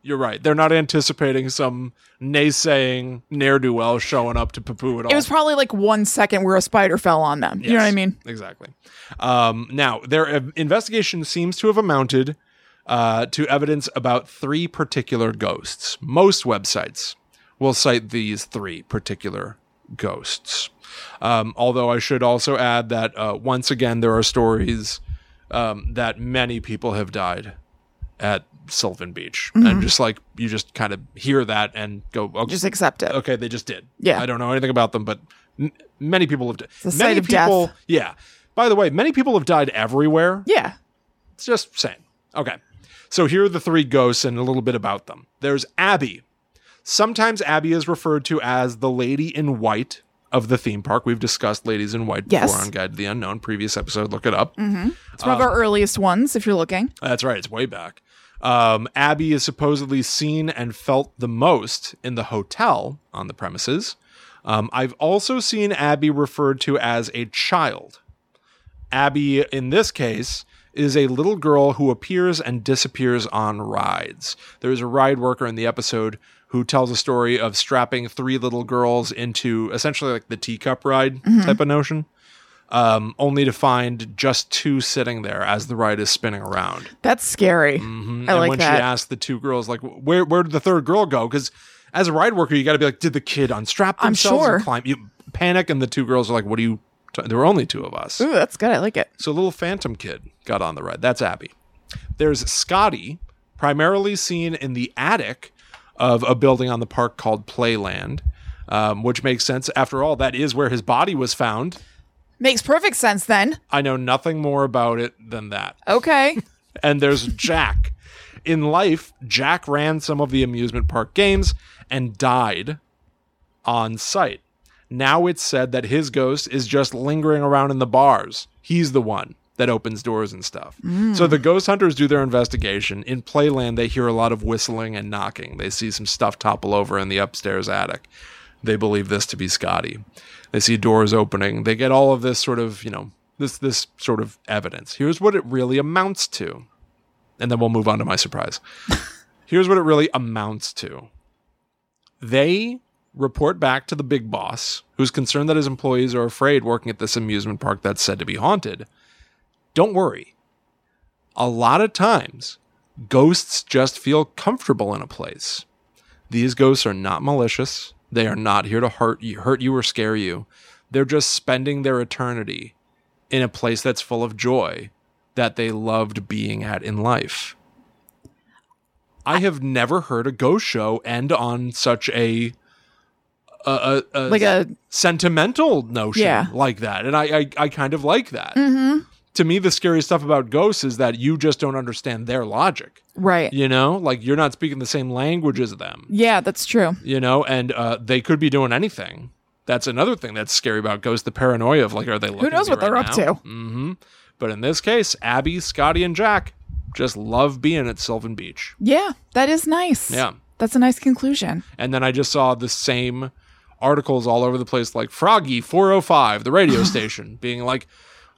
[SPEAKER 2] You're right. They're not anticipating some naysaying ne'er do well showing up to poo poo at all.
[SPEAKER 1] It was probably like one second where a spider fell on them. You know what I
[SPEAKER 2] Yes,
[SPEAKER 1] mean?
[SPEAKER 2] Exactly. Um, now, their uh, investigation seems to have amounted uh, to evidence about three particular ghosts. Most websites will cite these three particular ghosts. Um, although I should also add that uh, once again, there are stories um, that many people have died at Sylvan Beach,
[SPEAKER 1] Mm-hmm.
[SPEAKER 2] and just like you just kind of hear that and go, okay,
[SPEAKER 1] Just accept it.
[SPEAKER 2] okay, they just did.
[SPEAKER 1] Yeah.
[SPEAKER 2] I don't know anything about them, but m- many people have died.
[SPEAKER 1] the
[SPEAKER 2] many
[SPEAKER 1] site of death.
[SPEAKER 2] people, yeah. By the way, many people have died everywhere.
[SPEAKER 1] Yeah.
[SPEAKER 2] It's just saying. Okay. So here are the three ghosts and a little bit about them. There's Abby. Sometimes Abby is referred to as the lady in white of the theme park. We've discussed ladies in white
[SPEAKER 1] Yes.
[SPEAKER 2] before on Guide to the Unknown, previous episode. Look it up.
[SPEAKER 1] It's
[SPEAKER 2] Uh,
[SPEAKER 1] one of our earliest ones, if you're looking.
[SPEAKER 2] That's right. It's way back. Um, Abby is supposedly seen and felt the most in the hotel on the premises. Um, I've also seen Abby referred to as a child. Abby, in this case, is a little girl who appears and disappears on rides. There's a ride worker in the episode who tells a story of strapping three little girls into essentially like the teacup ride type of notion, um, only to find just two sitting there as the ride is spinning around
[SPEAKER 1] That's scary. I
[SPEAKER 2] Mm-hmm. and
[SPEAKER 1] like
[SPEAKER 2] when
[SPEAKER 1] that.
[SPEAKER 2] she asked the two girls, like, where where did the third girl go? Because as a ride worker, you got to be like, did the kid unstrap
[SPEAKER 1] I'm
[SPEAKER 2] themselves
[SPEAKER 1] sure.
[SPEAKER 2] and climb? You panic, and the two girls are like, what do you? T-? There were only two of us.
[SPEAKER 1] Ooh, that's good. I like it.
[SPEAKER 2] So a little phantom kid got on the ride. That's Abby. There's Scotty, primarily seen in the attic of a building on the park called Playland. Um, which makes sense. After all, that is where his body was found.
[SPEAKER 1] Makes perfect sense then.
[SPEAKER 2] I know nothing more about it than that.
[SPEAKER 1] Okay.
[SPEAKER 2] and there's Jack. In life, Jack ran some of the amusement park games and died on site. Now it's said that his ghost is just lingering around in the bars. He's the one that opens doors and stuff. So the ghost hunters do their investigation. In Playland, they hear a lot of whistling and knocking. They see some stuff topple over in the upstairs attic. They believe this to be Scotty. They see doors opening. They get all of this sort of, you know, this this sort of evidence. Here's what it really amounts to. And then we'll move on to my surprise. Here's what it really amounts to they report back to the big boss, who's concerned that his employees are afraid working at this amusement park that's said to be haunted. Don't worry. A lot of times, ghosts just feel comfortable in a place. These ghosts are not malicious. They are not here to hurt you, hurt you or scare you. They're just spending their eternity in a place that's full of joy that they loved being at in life. I have never heard a ghost show end on such a a, a, a
[SPEAKER 1] <laughs> Like a
[SPEAKER 2] sentimental notion
[SPEAKER 1] Yeah. Mm-hmm.
[SPEAKER 2] like that, and I I, I kind of like that. To me, the scary stuff about ghosts is that you just don't understand their logic.
[SPEAKER 1] right.
[SPEAKER 2] You know, like you're not speaking the same language as them.
[SPEAKER 1] Yeah, that's true.
[SPEAKER 2] You know, and uh, they could be doing anything. That's another thing that's scary about ghosts: the paranoia of like, are they looking?
[SPEAKER 1] Who knows what they're up to?
[SPEAKER 2] hmm But in this case, Abby, Scotty, and Jack just love being at Sylvan Beach.
[SPEAKER 1] Yeah, that is nice.
[SPEAKER 2] Yeah.
[SPEAKER 1] That's a nice conclusion.
[SPEAKER 2] And then I just saw the same articles all over the place, like Froggy 405,
[SPEAKER 1] <laughs>
[SPEAKER 2] the radio station, being like,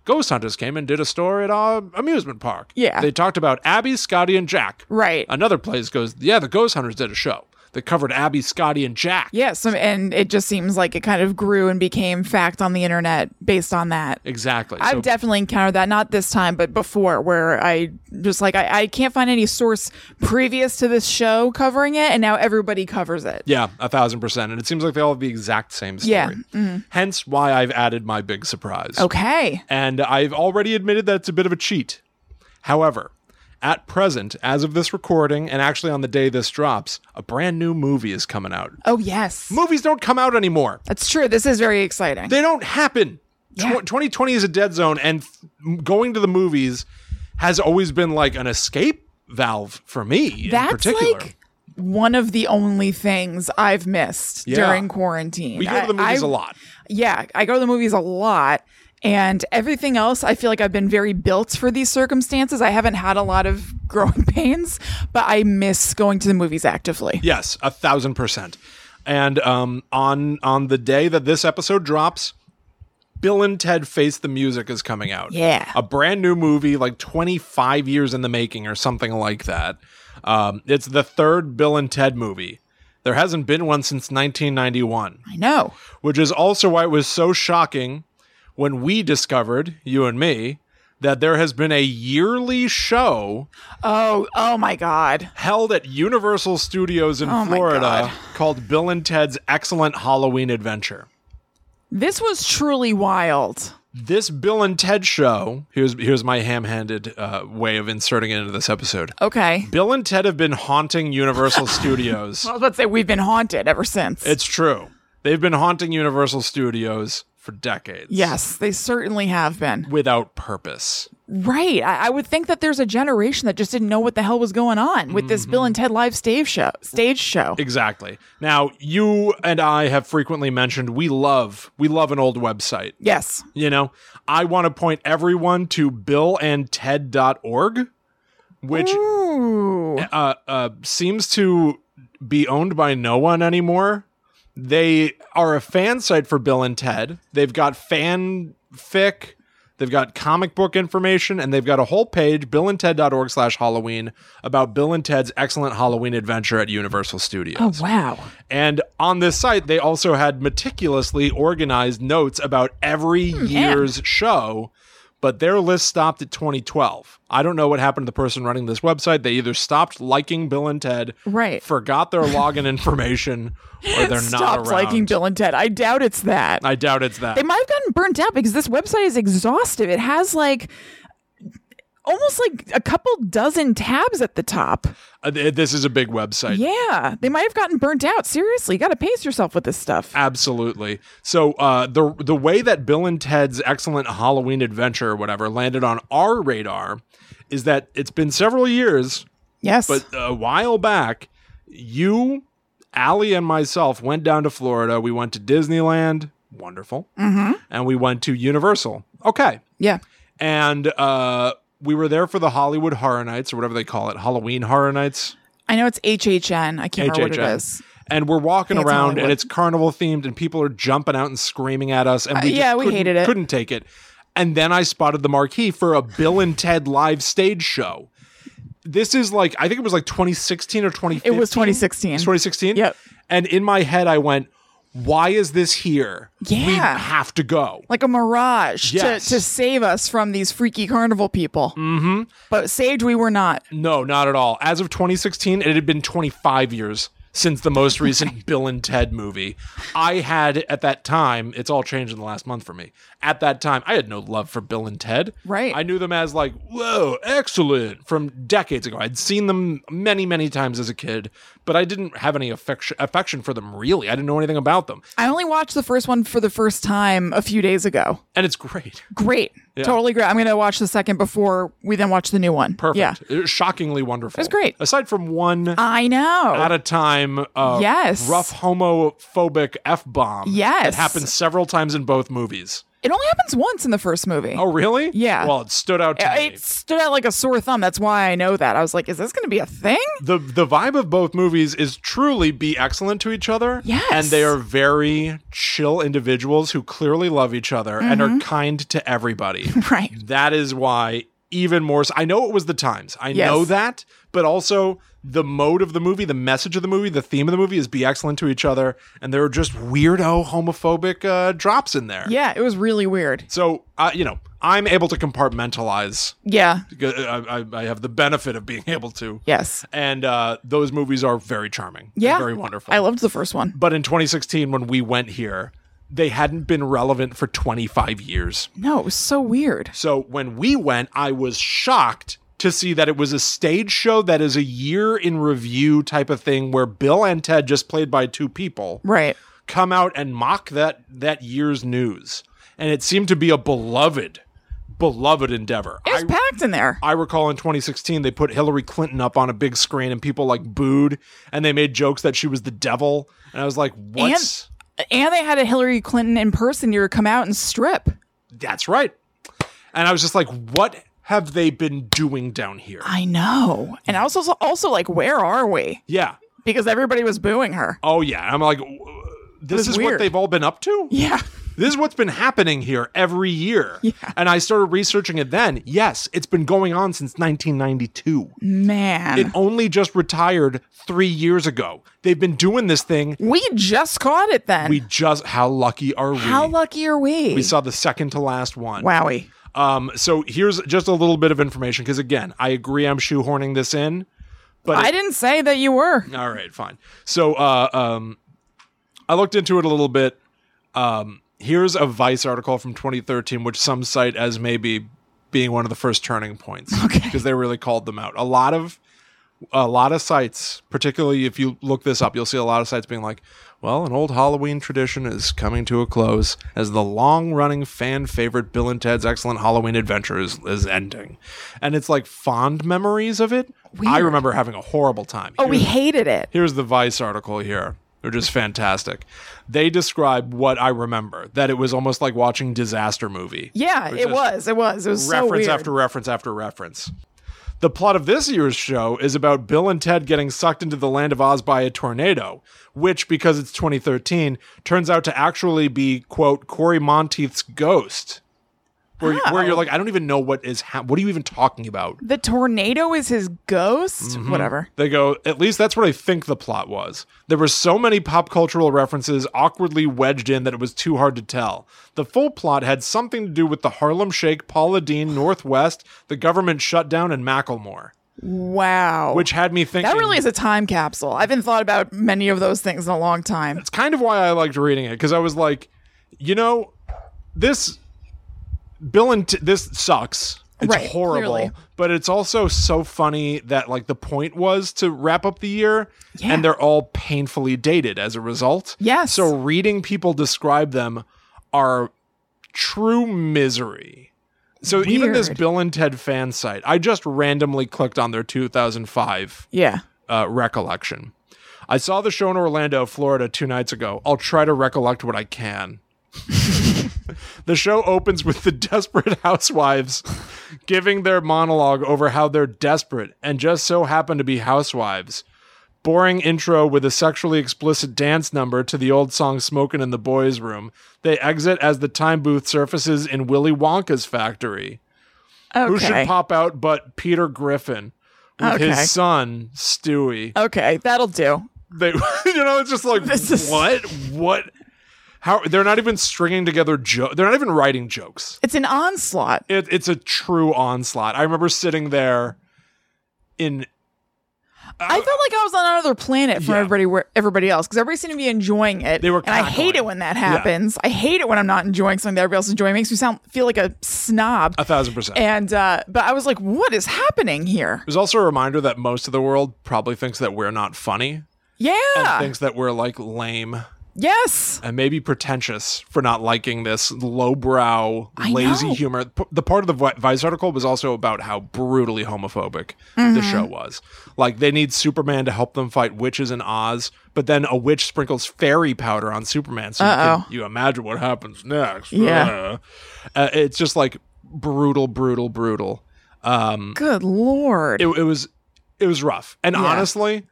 [SPEAKER 2] Ghost Hunters came and did a store at our amusement park.
[SPEAKER 1] Yeah.
[SPEAKER 2] They talked about Abby, Scotty, and Jack.
[SPEAKER 1] Right.
[SPEAKER 2] Another place goes, Yeah, the Ghost Hunters did a show that covered Abby, Scotty, and Jack.
[SPEAKER 1] Yeah, so, and it just seems like it kind of grew and became fact on the internet based on that.
[SPEAKER 2] Exactly.
[SPEAKER 1] I've
[SPEAKER 2] So-
[SPEAKER 1] definitely encountered that, not this time, but before, where I just like, I, I can't find any source previous to this show covering it, and now everybody covers it.
[SPEAKER 2] yeah, a thousand percent. And it seems like they all have the exact same story.
[SPEAKER 1] Yeah, Mm-hmm.
[SPEAKER 2] Hence why I've added my big surprise.
[SPEAKER 1] Okay.
[SPEAKER 2] and I've already admitted that it's a bit of a cheat. However, at present, as of this recording, and actually on the day this drops, a brand new movie is coming out.
[SPEAKER 1] Oh, yes.
[SPEAKER 2] Movies don't come out anymore,
[SPEAKER 1] That's true. This is very exciting.
[SPEAKER 2] they don't happen. Tw-
[SPEAKER 1] Yeah.
[SPEAKER 2] 2020 is a dead zone, and th- going to the movies has always been like an escape valve for me in
[SPEAKER 1] That's
[SPEAKER 2] particular.
[SPEAKER 1] like one of the only things I've missed
[SPEAKER 2] Yeah.
[SPEAKER 1] during quarantine.
[SPEAKER 2] we go to the
[SPEAKER 1] I-
[SPEAKER 2] movies
[SPEAKER 1] I-
[SPEAKER 2] a lot.
[SPEAKER 1] Yeah, I go to the movies a lot. And everything else, I feel like I've been very built for these circumstances. I haven't had a lot of <laughs> growing pains, but I miss going to the movies actively.
[SPEAKER 2] Yes, a thousand percent. And um, on on the day that this episode drops, Bill and Ted Face the Music is coming out.
[SPEAKER 1] Yeah.
[SPEAKER 2] a brand new movie, like twenty five years in the making or something like that. Um, it's the third Bill and Ted movie. There hasn't been one since 1991,
[SPEAKER 1] I know.
[SPEAKER 2] which is also why it was so shocking when we discovered, you and me, that there has been a yearly show
[SPEAKER 1] Oh, oh my God.
[SPEAKER 2] held at Universal Studios in
[SPEAKER 1] Oh my
[SPEAKER 2] Florida
[SPEAKER 1] God.
[SPEAKER 2] called Bill and Ted's Excellent Halloween Adventure.
[SPEAKER 1] This was truly wild.
[SPEAKER 2] This Bill and Ted show, here's here's my ham-handed uh, way of inserting it into this episode.
[SPEAKER 1] Okay.
[SPEAKER 2] Bill and Ted have been haunting
[SPEAKER 1] <laughs>
[SPEAKER 2] Universal Studios.
[SPEAKER 1] I was about to say we've been haunted ever since.
[SPEAKER 2] It's true. They've been haunting Universal Studios for decades.
[SPEAKER 1] yes, they certainly have been.
[SPEAKER 2] Without purpose.
[SPEAKER 1] Right. I, I would think that there's a generation that just didn't know what the hell was going on with this Bill and
[SPEAKER 2] Mm-hmm.
[SPEAKER 1] Ted live stage show. Stage show.
[SPEAKER 2] Exactly. Now, you and I have frequently mentioned we love we love an old website.
[SPEAKER 1] yes.
[SPEAKER 2] You know, I want to point everyone to billandted.org, which
[SPEAKER 1] Ooh.
[SPEAKER 2] uh, uh, seems to be owned by no one anymore. They are a fan site for Bill and Ted. They've got fanfic, they've got comic book information, and they've got a whole page, billandted.org slash Halloween, about Bill and Ted's excellent Halloween adventure at Universal Studios.
[SPEAKER 1] Oh, wow.
[SPEAKER 2] And on this site, they also had meticulously organized notes about every
[SPEAKER 1] Hmm,
[SPEAKER 2] year's show, but their list stopped at 2012. I don't know what happened to the person running this website. They either stopped liking Bill and Ted,
[SPEAKER 1] Right. <laughs>
[SPEAKER 2] forgot their login information, or they're not
[SPEAKER 1] Stopped
[SPEAKER 2] around.
[SPEAKER 1] liking Bill and Ted. I doubt it's that.
[SPEAKER 2] I doubt it's that.
[SPEAKER 1] they might have gotten burnt out because this website is exhaustive. It has like almost like a couple dozen tabs at the top.
[SPEAKER 2] Uh, th- this is a big website.
[SPEAKER 1] Yeah, they might have gotten burnt out. Seriously, you got to pace yourself with this stuff.
[SPEAKER 2] Uh, Absolutely. So uh, the the way that Bill and Ted's excellent Halloween adventure or whatever landed on our radar is that it's been several years
[SPEAKER 1] Yes.
[SPEAKER 2] But uh, a while back, you, Allie, and myself went down to Florida. We went to Disneyland. Wonderful. And we went to Universal. Okay.
[SPEAKER 1] yeah.
[SPEAKER 2] And uh, we were there for the Hollywood Horror Nights or whatever they call it, Halloween Horror Nights.
[SPEAKER 1] I know it's HHN. I can't remember what
[SPEAKER 2] HHN.
[SPEAKER 1] it is.
[SPEAKER 2] And we're walking
[SPEAKER 1] it's
[SPEAKER 2] around and
[SPEAKER 1] Hollywood.
[SPEAKER 2] it's carnival themed and people are jumping out and screaming at us. And we
[SPEAKER 1] Uh,
[SPEAKER 2] just
[SPEAKER 1] yeah, we
[SPEAKER 2] couldn't-
[SPEAKER 1] hated it.
[SPEAKER 2] Couldn't take it. And then I spotted the marquee for a Bill and Ted live stage show. This is like, I think it was like 2016 or 2015.
[SPEAKER 1] It was 2016.
[SPEAKER 2] It's 2016.
[SPEAKER 1] Yep.
[SPEAKER 2] And in my head, I went, "Why is this here? we
[SPEAKER 1] Yeah.
[SPEAKER 2] have to go."
[SPEAKER 1] Like a mirage
[SPEAKER 2] Yes.
[SPEAKER 1] to, to save us from these freaky carnival people. Mm-hmm. But saved we were not.
[SPEAKER 2] No, not at all. As of 2016, it had been 25 years since the most
[SPEAKER 1] <laughs>
[SPEAKER 2] recent Bill and Ted movie. I had at that time, it's all changed in the last month for me. At that time, I had no love for Bill and Ted.
[SPEAKER 1] Right.
[SPEAKER 2] I knew them as like, whoa, excellent from decades ago. I'd seen them many, many times as a kid, but I didn't have any affection affection for them really. I didn't know anything about them.
[SPEAKER 1] I only watched the first one for the first time a few days ago.
[SPEAKER 2] And it's great. <laughs>
[SPEAKER 1] Great. Totally great. I'm going to watch the second before we then watch the new one.
[SPEAKER 2] Perfect.
[SPEAKER 1] Yeah.
[SPEAKER 2] It was shockingly wonderful. It's
[SPEAKER 1] great.
[SPEAKER 2] Aside from one
[SPEAKER 1] I know.
[SPEAKER 2] at a time uh,
[SPEAKER 1] Yes.
[SPEAKER 2] rough homophobic F bomb.
[SPEAKER 1] Yes.
[SPEAKER 2] It happened several times in both movies.
[SPEAKER 1] it only happens once in the first movie.
[SPEAKER 2] Oh, really?
[SPEAKER 1] Yeah.
[SPEAKER 2] Well, it stood out to me.
[SPEAKER 1] It stood out like a sore thumb. That's why I know that. I was like, is this going to be a thing? <laughs>
[SPEAKER 2] The the vibe of both movies is truly be excellent to each other.
[SPEAKER 1] Yes.
[SPEAKER 2] And they are very chill individuals who clearly love each other and
[SPEAKER 1] Mm-hmm.
[SPEAKER 2] are kind to everybody.
[SPEAKER 1] Right.
[SPEAKER 2] That is why even more so, I know it was the times. I
[SPEAKER 1] Yes.
[SPEAKER 2] know that, but also the mode of the movie, the message of the movie, the theme of the movie is be excellent to each other and there are just weirdo homophobic uh, drops in there.
[SPEAKER 1] Yeah, it was really weird.
[SPEAKER 2] So, uh, you know, I'm able to compartmentalize. uh,
[SPEAKER 1] Yeah.
[SPEAKER 2] I, I, I have the benefit of being <laughs> able to.
[SPEAKER 1] Yes.
[SPEAKER 2] And uh, those movies are very charming. and
[SPEAKER 1] Yeah.
[SPEAKER 2] Very wonderful.
[SPEAKER 1] I loved the first one.
[SPEAKER 2] but in 2016, when we went here, they hadn't been relevant for 25 years.
[SPEAKER 1] No, it was so weird.
[SPEAKER 2] So when we went, I was shocked to see that it was a stage show that is a year in review type of thing where Bill and Ted, just played by two people,
[SPEAKER 1] Right.
[SPEAKER 2] come out and mock that that year's news. And it seemed to be a beloved, beloved endeavor.
[SPEAKER 1] It was
[SPEAKER 2] I,
[SPEAKER 1] packed in there.
[SPEAKER 2] I recall in 2016 they put Hillary Clinton up on a big screen and people like booed and they made jokes that she was the devil. And I was like, what?
[SPEAKER 1] and they had a Hillary Clinton in person year come out and strip.
[SPEAKER 2] That's right. And I was just like, what have they been doing down here?
[SPEAKER 1] I know. And I also also like, where are we?
[SPEAKER 2] Yeah.
[SPEAKER 1] Because everybody was booing her.
[SPEAKER 2] Oh yeah. I'm like, w- this
[SPEAKER 1] was
[SPEAKER 2] is what
[SPEAKER 1] weird.
[SPEAKER 2] they've all been up to.
[SPEAKER 1] Yeah.
[SPEAKER 2] This is what's been happening here every year.
[SPEAKER 1] Yeah.
[SPEAKER 2] And I started researching it then. Yes, it's been going on since 1992.
[SPEAKER 1] Mm. Man.
[SPEAKER 2] It only just retired three years ago. They've been doing this thing.
[SPEAKER 1] we just caught it then.
[SPEAKER 2] We just, how lucky are we?
[SPEAKER 1] How lucky are we?
[SPEAKER 2] we saw the second to last one.
[SPEAKER 1] Wowie.
[SPEAKER 2] Um, so here's just a little bit of information because again, I agree I'm shoehorning this in. But
[SPEAKER 1] I didn't say that you were.
[SPEAKER 2] All right, fine. So, uh, um, I looked into it a little bit. Um, here's a Vice article from 2013, which some cite as maybe being one of the first turning points
[SPEAKER 1] Okay.
[SPEAKER 2] because they really called them out. A lot of a lot of sites, particularly if you look this up, you'll see a lot of sites being like, "Well, an old Halloween tradition is coming to a close as the long-running fan favorite Bill and Ted's Excellent Halloween Adventure is, is ending," and it's like fond memories of it. I
[SPEAKER 1] Weird.
[SPEAKER 2] remember having a horrible time.
[SPEAKER 1] Oh, we hated it.
[SPEAKER 2] Here's the Vice article here. They're just fantastic. They describe what I remember that it was almost like watching disaster movie.
[SPEAKER 1] Yeah,
[SPEAKER 2] Or
[SPEAKER 1] it
[SPEAKER 2] just
[SPEAKER 1] was. It was. It was so
[SPEAKER 2] reference
[SPEAKER 1] weird.
[SPEAKER 2] after reference after reference. The plot of this year's show is about Bill and Ted getting sucked into the land of Oz by a tornado, which, because it's 2013, turns out to actually be, quote, Corey Monteith's ghost. Where, where you're like, I don't even know what is, ha- what are you even talking about?
[SPEAKER 1] the tornado is his ghost.
[SPEAKER 2] Mm-hmm.
[SPEAKER 1] Whatever.
[SPEAKER 2] They go, at least that's what I think the plot was. There were so many pop cultural references awkwardly wedged in that it was too hard to tell. The full plot had something to do with the Harlem Shake, Paula Dean, Northwest, the government shutdown, and Macklemore,
[SPEAKER 1] Wow.
[SPEAKER 2] which had me thinking.
[SPEAKER 1] that really is a time capsule. I haven't thought about many of those things in a long time.
[SPEAKER 2] It's kind of why I liked reading it because I was like, you know, this Bill and T- this sucks. It's
[SPEAKER 1] Right,
[SPEAKER 2] horrible,
[SPEAKER 1] clearly.
[SPEAKER 2] but it's also so funny that like the point was to wrap up the year,
[SPEAKER 1] Yeah.
[SPEAKER 2] and they're all painfully dated as a result.
[SPEAKER 1] Yes.
[SPEAKER 2] So reading people describe them are true misery. So even this
[SPEAKER 1] Weird.
[SPEAKER 2] Bill and Ted fan site, I just randomly clicked on their 2005
[SPEAKER 1] Yeah.
[SPEAKER 2] uh, recollection. I saw the show in Orlando, Florida, two nights ago. I'll try to recollect what I can. <laughs> the show opens with the <laughs> desperate housewives giving their monologue over how they're desperate and just so happen to be housewives. Boring intro with a sexually explicit dance number to the old song Smokin' in the Boys Room. They exit as the time booth surfaces in Willy Wonka's factory. Who
[SPEAKER 1] Okay.
[SPEAKER 2] should pop out but Peter Griffin with
[SPEAKER 1] Okay.
[SPEAKER 2] his son, Stewie
[SPEAKER 1] okay. That'll do.
[SPEAKER 2] they <laughs> you know it's just like
[SPEAKER 1] This is-
[SPEAKER 2] what what how they're not even stringing together jokes they're not even writing jokes
[SPEAKER 1] It's an onslaught.
[SPEAKER 2] it, it's a true onslaught i remember sitting there in
[SPEAKER 1] I felt like I was on another planet from
[SPEAKER 2] Yeah.
[SPEAKER 1] everybody where everybody else because everybody seemed to be enjoying it.
[SPEAKER 2] They were
[SPEAKER 1] and I hate
[SPEAKER 2] cackling.
[SPEAKER 1] it when that happens. I hate it when I'm not enjoying something that everybody else is enjoying. It makes me sound feel like a snob.
[SPEAKER 2] A thousand percent.
[SPEAKER 1] and uh, but I was like, what is happening here?
[SPEAKER 2] There's also a reminder that most of the world probably thinks that we're not funny and
[SPEAKER 1] Yeah.
[SPEAKER 2] thinks that we're like lame
[SPEAKER 1] Yes.
[SPEAKER 2] and maybe pretentious for not liking this lowbrow,
[SPEAKER 1] I
[SPEAKER 2] lazy
[SPEAKER 1] know.
[SPEAKER 2] humor. P- The part of the Vi- Vice article was also about how brutally homophobic
[SPEAKER 1] Mm-hmm.
[SPEAKER 2] the show was. Like they need Superman to help them fight witches in Oz, but then a witch sprinkles fairy powder on Superman. So you,
[SPEAKER 1] Uh-oh.
[SPEAKER 2] can, you imagine what happens next.
[SPEAKER 1] Yeah.
[SPEAKER 2] Uh, it's just like brutal, brutal, brutal. Um,
[SPEAKER 1] Good lord.
[SPEAKER 2] it, it was it was rough and
[SPEAKER 1] Yeah.
[SPEAKER 2] honestly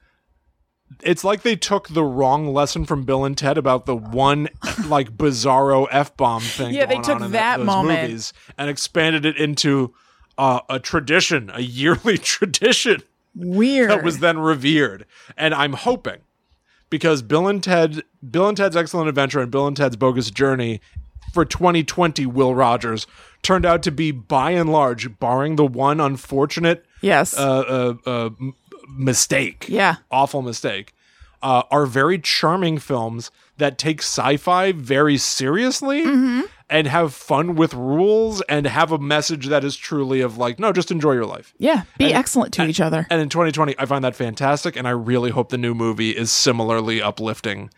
[SPEAKER 2] it's like they took the wrong lesson from bill and ted about the one like bizarro f-bomb thing
[SPEAKER 1] Yeah, they
[SPEAKER 2] going
[SPEAKER 1] took
[SPEAKER 2] on in
[SPEAKER 1] that
[SPEAKER 2] those
[SPEAKER 1] moment.
[SPEAKER 2] movies and expanded it into uh, a tradition a yearly <laughs> tradition
[SPEAKER 1] Weird.
[SPEAKER 2] that was then revered and i'm hoping because bill and ted bill and ted's excellent adventure and bill and ted's bogus journey for 2020 will rogers turned out to be by and large barring the one unfortunate
[SPEAKER 1] yes.
[SPEAKER 2] uh, uh, uh, m- mistake.
[SPEAKER 1] Yeah.
[SPEAKER 2] Awful mistake. Uh, are very charming films that take sci fi very seriously and have fun with rules and have a message that is truly of like, no, just enjoy your life.
[SPEAKER 1] yeah. Be excellent to each other.
[SPEAKER 2] And in 2020, I find that fantastic. And I really hope the new movie is similarly uplifting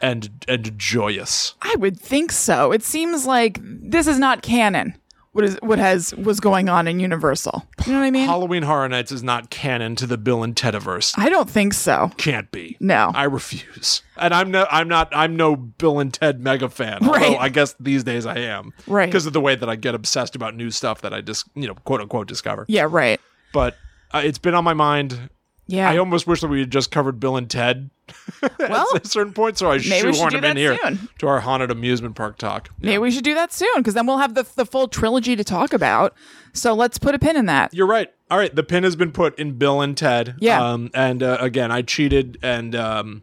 [SPEAKER 2] and, and joyous.
[SPEAKER 1] I would think so. It seems like this is not canon. What is what has was going on in Universal? You know what I mean?
[SPEAKER 2] Halloween Horror Nights is not canon to the Bill and Tediverse.
[SPEAKER 1] I don't think so.
[SPEAKER 2] can't be.
[SPEAKER 1] No.
[SPEAKER 2] I refuse. And I'm no, I'm not, I'm no Bill and Ted mega fan. Although
[SPEAKER 1] Right.
[SPEAKER 2] I guess these days I am,
[SPEAKER 1] Right.
[SPEAKER 2] Because of the way that I get obsessed about new stuff that I just, you know, quote unquote discover.
[SPEAKER 1] Yeah. Right.
[SPEAKER 2] But uh, it's been on my mind.
[SPEAKER 1] Yeah.
[SPEAKER 2] I almost wish that we had just covered Bill and Ted <laughs>
[SPEAKER 1] well,
[SPEAKER 2] at a certain point, so I
[SPEAKER 1] maybe we should
[SPEAKER 2] shoehorned
[SPEAKER 1] do
[SPEAKER 2] him in
[SPEAKER 1] that
[SPEAKER 2] here
[SPEAKER 1] soon.
[SPEAKER 2] to our haunted amusement park talk.
[SPEAKER 1] Maybe we should do that soon because then we'll have the, the full trilogy to talk about. So let's put a pin in that.
[SPEAKER 2] You're right. All right, the pin has been put in Bill and Ted.
[SPEAKER 1] Yeah.
[SPEAKER 2] Um, and uh, again, I cheated, and um,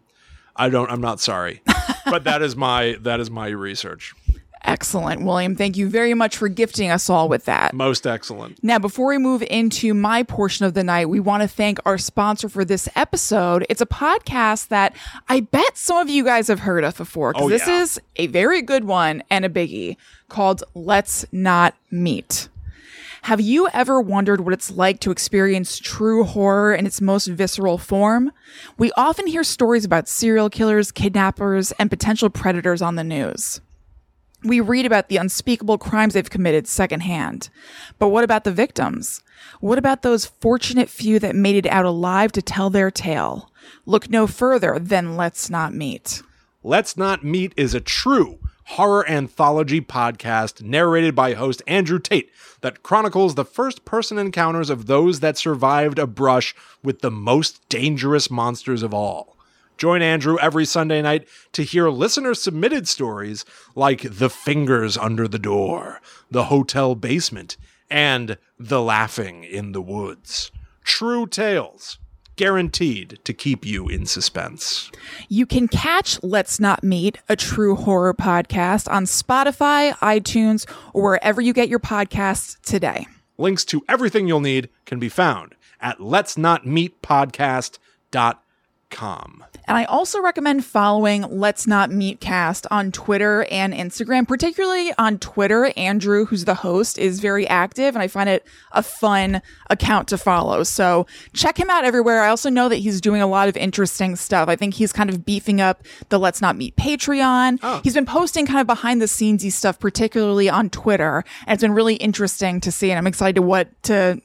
[SPEAKER 2] I don't. I'm
[SPEAKER 1] <laughs>
[SPEAKER 2] not sorry. but that is my that is my research.
[SPEAKER 1] Excellent, William. Thank you very much for gifting us all with that.
[SPEAKER 2] Most excellent.
[SPEAKER 1] Now, before we move into my portion of the night, we want to thank our sponsor for this episode. It's a podcast that I bet some of you guys have heard of before because
[SPEAKER 2] Oh,
[SPEAKER 1] this
[SPEAKER 2] yeah.
[SPEAKER 1] is a very good one and a biggie called Let's Not Meet. Have you ever wondered what it's like to experience true horror in its most visceral form? We often hear stories about serial killers, kidnappers, and potential predators on the news. We read about the unspeakable crimes they've committed secondhand. But what about the victims? What about those fortunate few that made it out alive to tell their tale? Look no further than Let's Not Meet.
[SPEAKER 2] Let's Not Meet is a true horror anthology podcast narrated by host Andrew Tate that chronicles the first person encounters of those that survived a brush with the most dangerous monsters of all. Join Andrew every Sunday night to hear listener submitted stories like The Fingers Under the Door, The Hotel Basement, and The Laughing in the Woods. True tales, guaranteed to keep you in suspense.
[SPEAKER 1] You can catch Let's Not Meet, a true horror podcast, on Spotify, iTunes, or wherever you get your podcasts today.
[SPEAKER 2] Links to everything you'll need can be found at let's not meet podcast.com.
[SPEAKER 1] And I also recommend following Let's Not Meet Cast on Twitter and Instagram, particularly on Twitter. Andrew, who's the host, is very active, and I find it a fun account to follow. So check him out everywhere. I also know that he's doing a lot of interesting stuff. I think he's kind of beefing up the Let's Not Meet Patreon. He's been posting kind of behind the scenesy stuff, particularly on Twitter, and it's been really interesting to see. And I'm excited to what to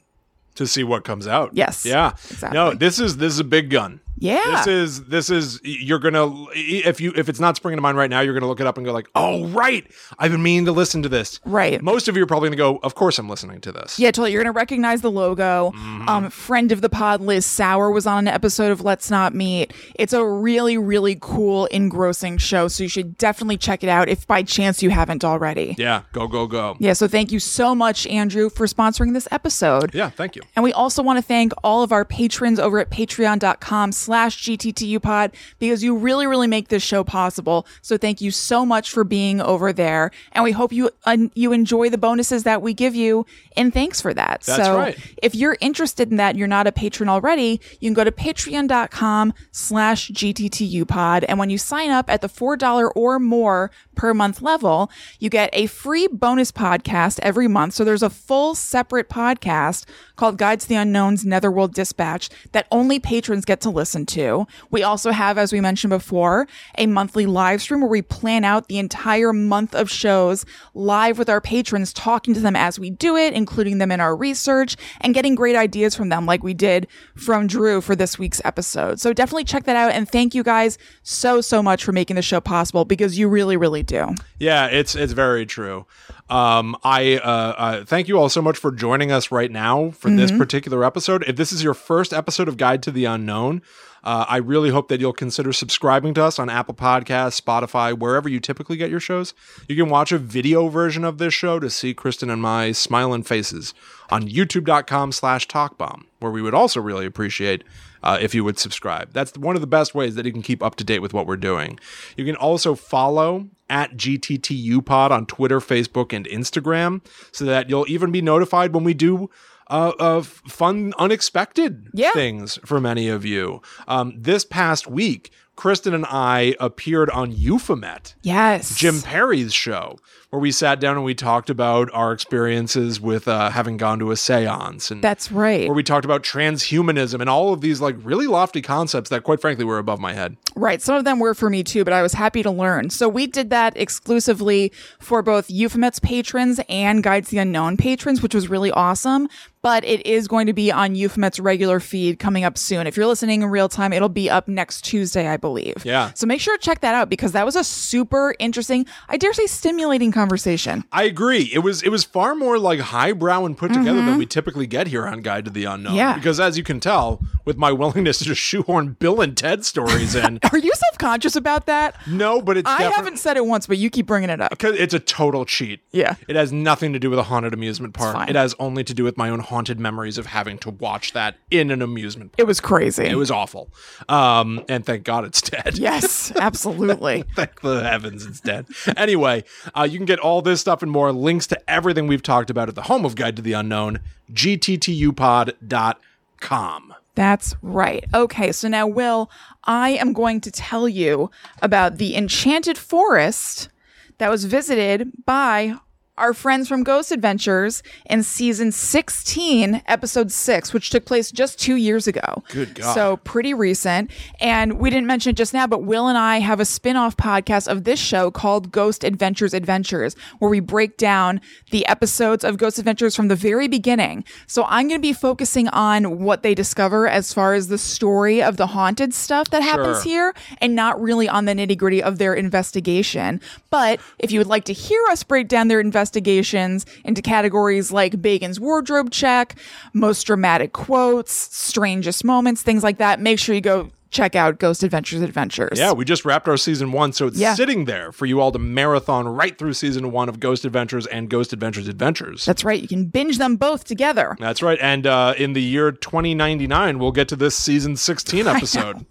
[SPEAKER 2] To see what comes out.
[SPEAKER 1] Yes,
[SPEAKER 2] Yeah.
[SPEAKER 1] exactly.
[SPEAKER 2] No, this is this is a big gun.
[SPEAKER 1] Yeah.
[SPEAKER 2] This is this is you're gonna if you if it's not springing to mind right now, you're gonna look it up and go like, oh right, I've been meaning to listen to this.
[SPEAKER 1] Right.
[SPEAKER 2] Most of you are probably gonna go, of course I'm listening to this.
[SPEAKER 1] Yeah, totally. You're gonna recognize the logo. Um, friend of the pod, Liz Sauer was on an episode of Let's Not Meet. It's a really, really cool, engrossing show. So you should definitely check it out if by chance you haven't already.
[SPEAKER 2] Yeah. Go go go.
[SPEAKER 1] Yeah. So thank you so much, Andrew, for sponsoring this episode.
[SPEAKER 2] Yeah. Thank you.
[SPEAKER 1] And we also want to thank all of our patrons over at patreon.com slash GTTU pod because you really, really make this show possible. So thank you so much for being over there. And we hope you, uh, you enjoy the bonuses that we give you. And thanks for that.
[SPEAKER 2] That's
[SPEAKER 1] so
[SPEAKER 2] right.
[SPEAKER 1] if you're interested in that, you're not a patron already, you can go to patreon.com slash GTTU pod. And when you sign up at the $4 or more per month level, you get a free bonus podcast every month. So there's a full separate podcast called Guides to the Unknown's Netherworld Dispatch that only patrons get to listen to. We also have, as we mentioned before, a monthly live stream where we plan out the entire month of shows live with our patrons, talking to them as we do it, including them in our research and getting great ideas from them, like we did from Drew for this week's episode. So definitely check that out. And thank you guys so, so much for making the show possible because you really, really do.
[SPEAKER 2] Yeah, it's it's very true. Um, I uh, uh, thank you all so much for joining us right now for this particular episode. If this is your first episode of Guide to the Unknown, uh, I really hope that you'll consider subscribing to us on Apple Podcasts, Spotify, wherever you typically get your shows. You can watch a video version of this show to see Kristen and my smiling faces on YouTube.com/slash TalkBomb, where we would also really appreciate uh, if you would subscribe. That's one of the best ways that you can keep up to date with what we're doing. You can also follow at GTTU Pod on Twitter, Facebook, and Instagram so that you'll even be notified when we do. Uh, of fun, unexpected
[SPEAKER 1] Yeah.
[SPEAKER 2] things for many of you. Um, this past week, Kristen and I appeared on Euphemet,
[SPEAKER 1] Yes.
[SPEAKER 2] Jim Perry's show, where we sat down and we talked about our experiences with uh, having gone to a seance and
[SPEAKER 1] That's right.
[SPEAKER 2] where we talked about transhumanism and all of these like really lofty concepts that quite frankly were above my head.
[SPEAKER 1] Right. Some of them were for me too, but I was happy to learn. So we did that exclusively for both Euphemet's patrons and Guides the Unknown patrons, which was really awesome. But it is going to be on Euphemet's regular feed coming up soon. If you're listening in real time, it'll be up next Tuesday, I believe.
[SPEAKER 2] Yeah.
[SPEAKER 1] So make sure to check that out because that was a super interesting, I dare say stimulating conversation. <laughs>
[SPEAKER 2] I agree. It was it was far more like highbrow and put together than we typically get here on Guide to the Unknown.
[SPEAKER 1] Mm-hmm. Yeah.
[SPEAKER 2] Because as you can tell, with my willingness to just shoehorn Bill and Ted stories in, <laughs>
[SPEAKER 1] Are you self conscious about that?
[SPEAKER 2] no, but it's
[SPEAKER 1] I
[SPEAKER 2] defi-
[SPEAKER 1] haven't said it once, but you keep bringing it up.
[SPEAKER 2] Cause it's a total cheat.
[SPEAKER 1] Yeah.
[SPEAKER 2] It has nothing to do with a haunted amusement park.
[SPEAKER 1] fine.
[SPEAKER 2] It has only to do with my own haunted memories of having to watch that in an amusement park.
[SPEAKER 1] It was crazy.
[SPEAKER 2] It was awful. Um, and thank God it's <laughs> dead.
[SPEAKER 1] yes, absolutely.
[SPEAKER 2] <laughs> Thank the heavens it's dead. Anyway, uh, you can get all this stuff and more links to everything we've talked about at the home of Guide to the Unknown, gttupod.com.
[SPEAKER 1] That's right. Okay, so now, Will, I am going to tell you about the enchanted forest that was visited by our friends from Ghost Adventures in season 16, episode 6, which took place just two years ago.
[SPEAKER 2] Good God.
[SPEAKER 1] So pretty recent. And we didn't mention it just now, but Will and I have a spin off podcast of this show called Ghost Adventures Adventures, where we break down the episodes of Ghost Adventures from the very beginning. So I'm going to be focusing on what they discover as far as the story of the haunted stuff that happens
[SPEAKER 2] Sure.
[SPEAKER 1] here and not really on the nitty gritty of their investigation. But if you would like to hear us break down their investigations into categories like Bacon's wardrobe check, most dramatic quotes, strangest moments, things like that, make sure you go check out Ghost Adventures Adventures.
[SPEAKER 2] Yeah, we just wrapped our season one, so it's
[SPEAKER 1] Yeah.
[SPEAKER 2] sitting there for you all to marathon right through season one of Ghost Adventures and Ghost Adventures Adventures.
[SPEAKER 1] That's right. You can binge them both together.
[SPEAKER 2] That's right. And uh, in the year 2099, we'll get to this
[SPEAKER 1] <laughs>
[SPEAKER 2] season 16 episode.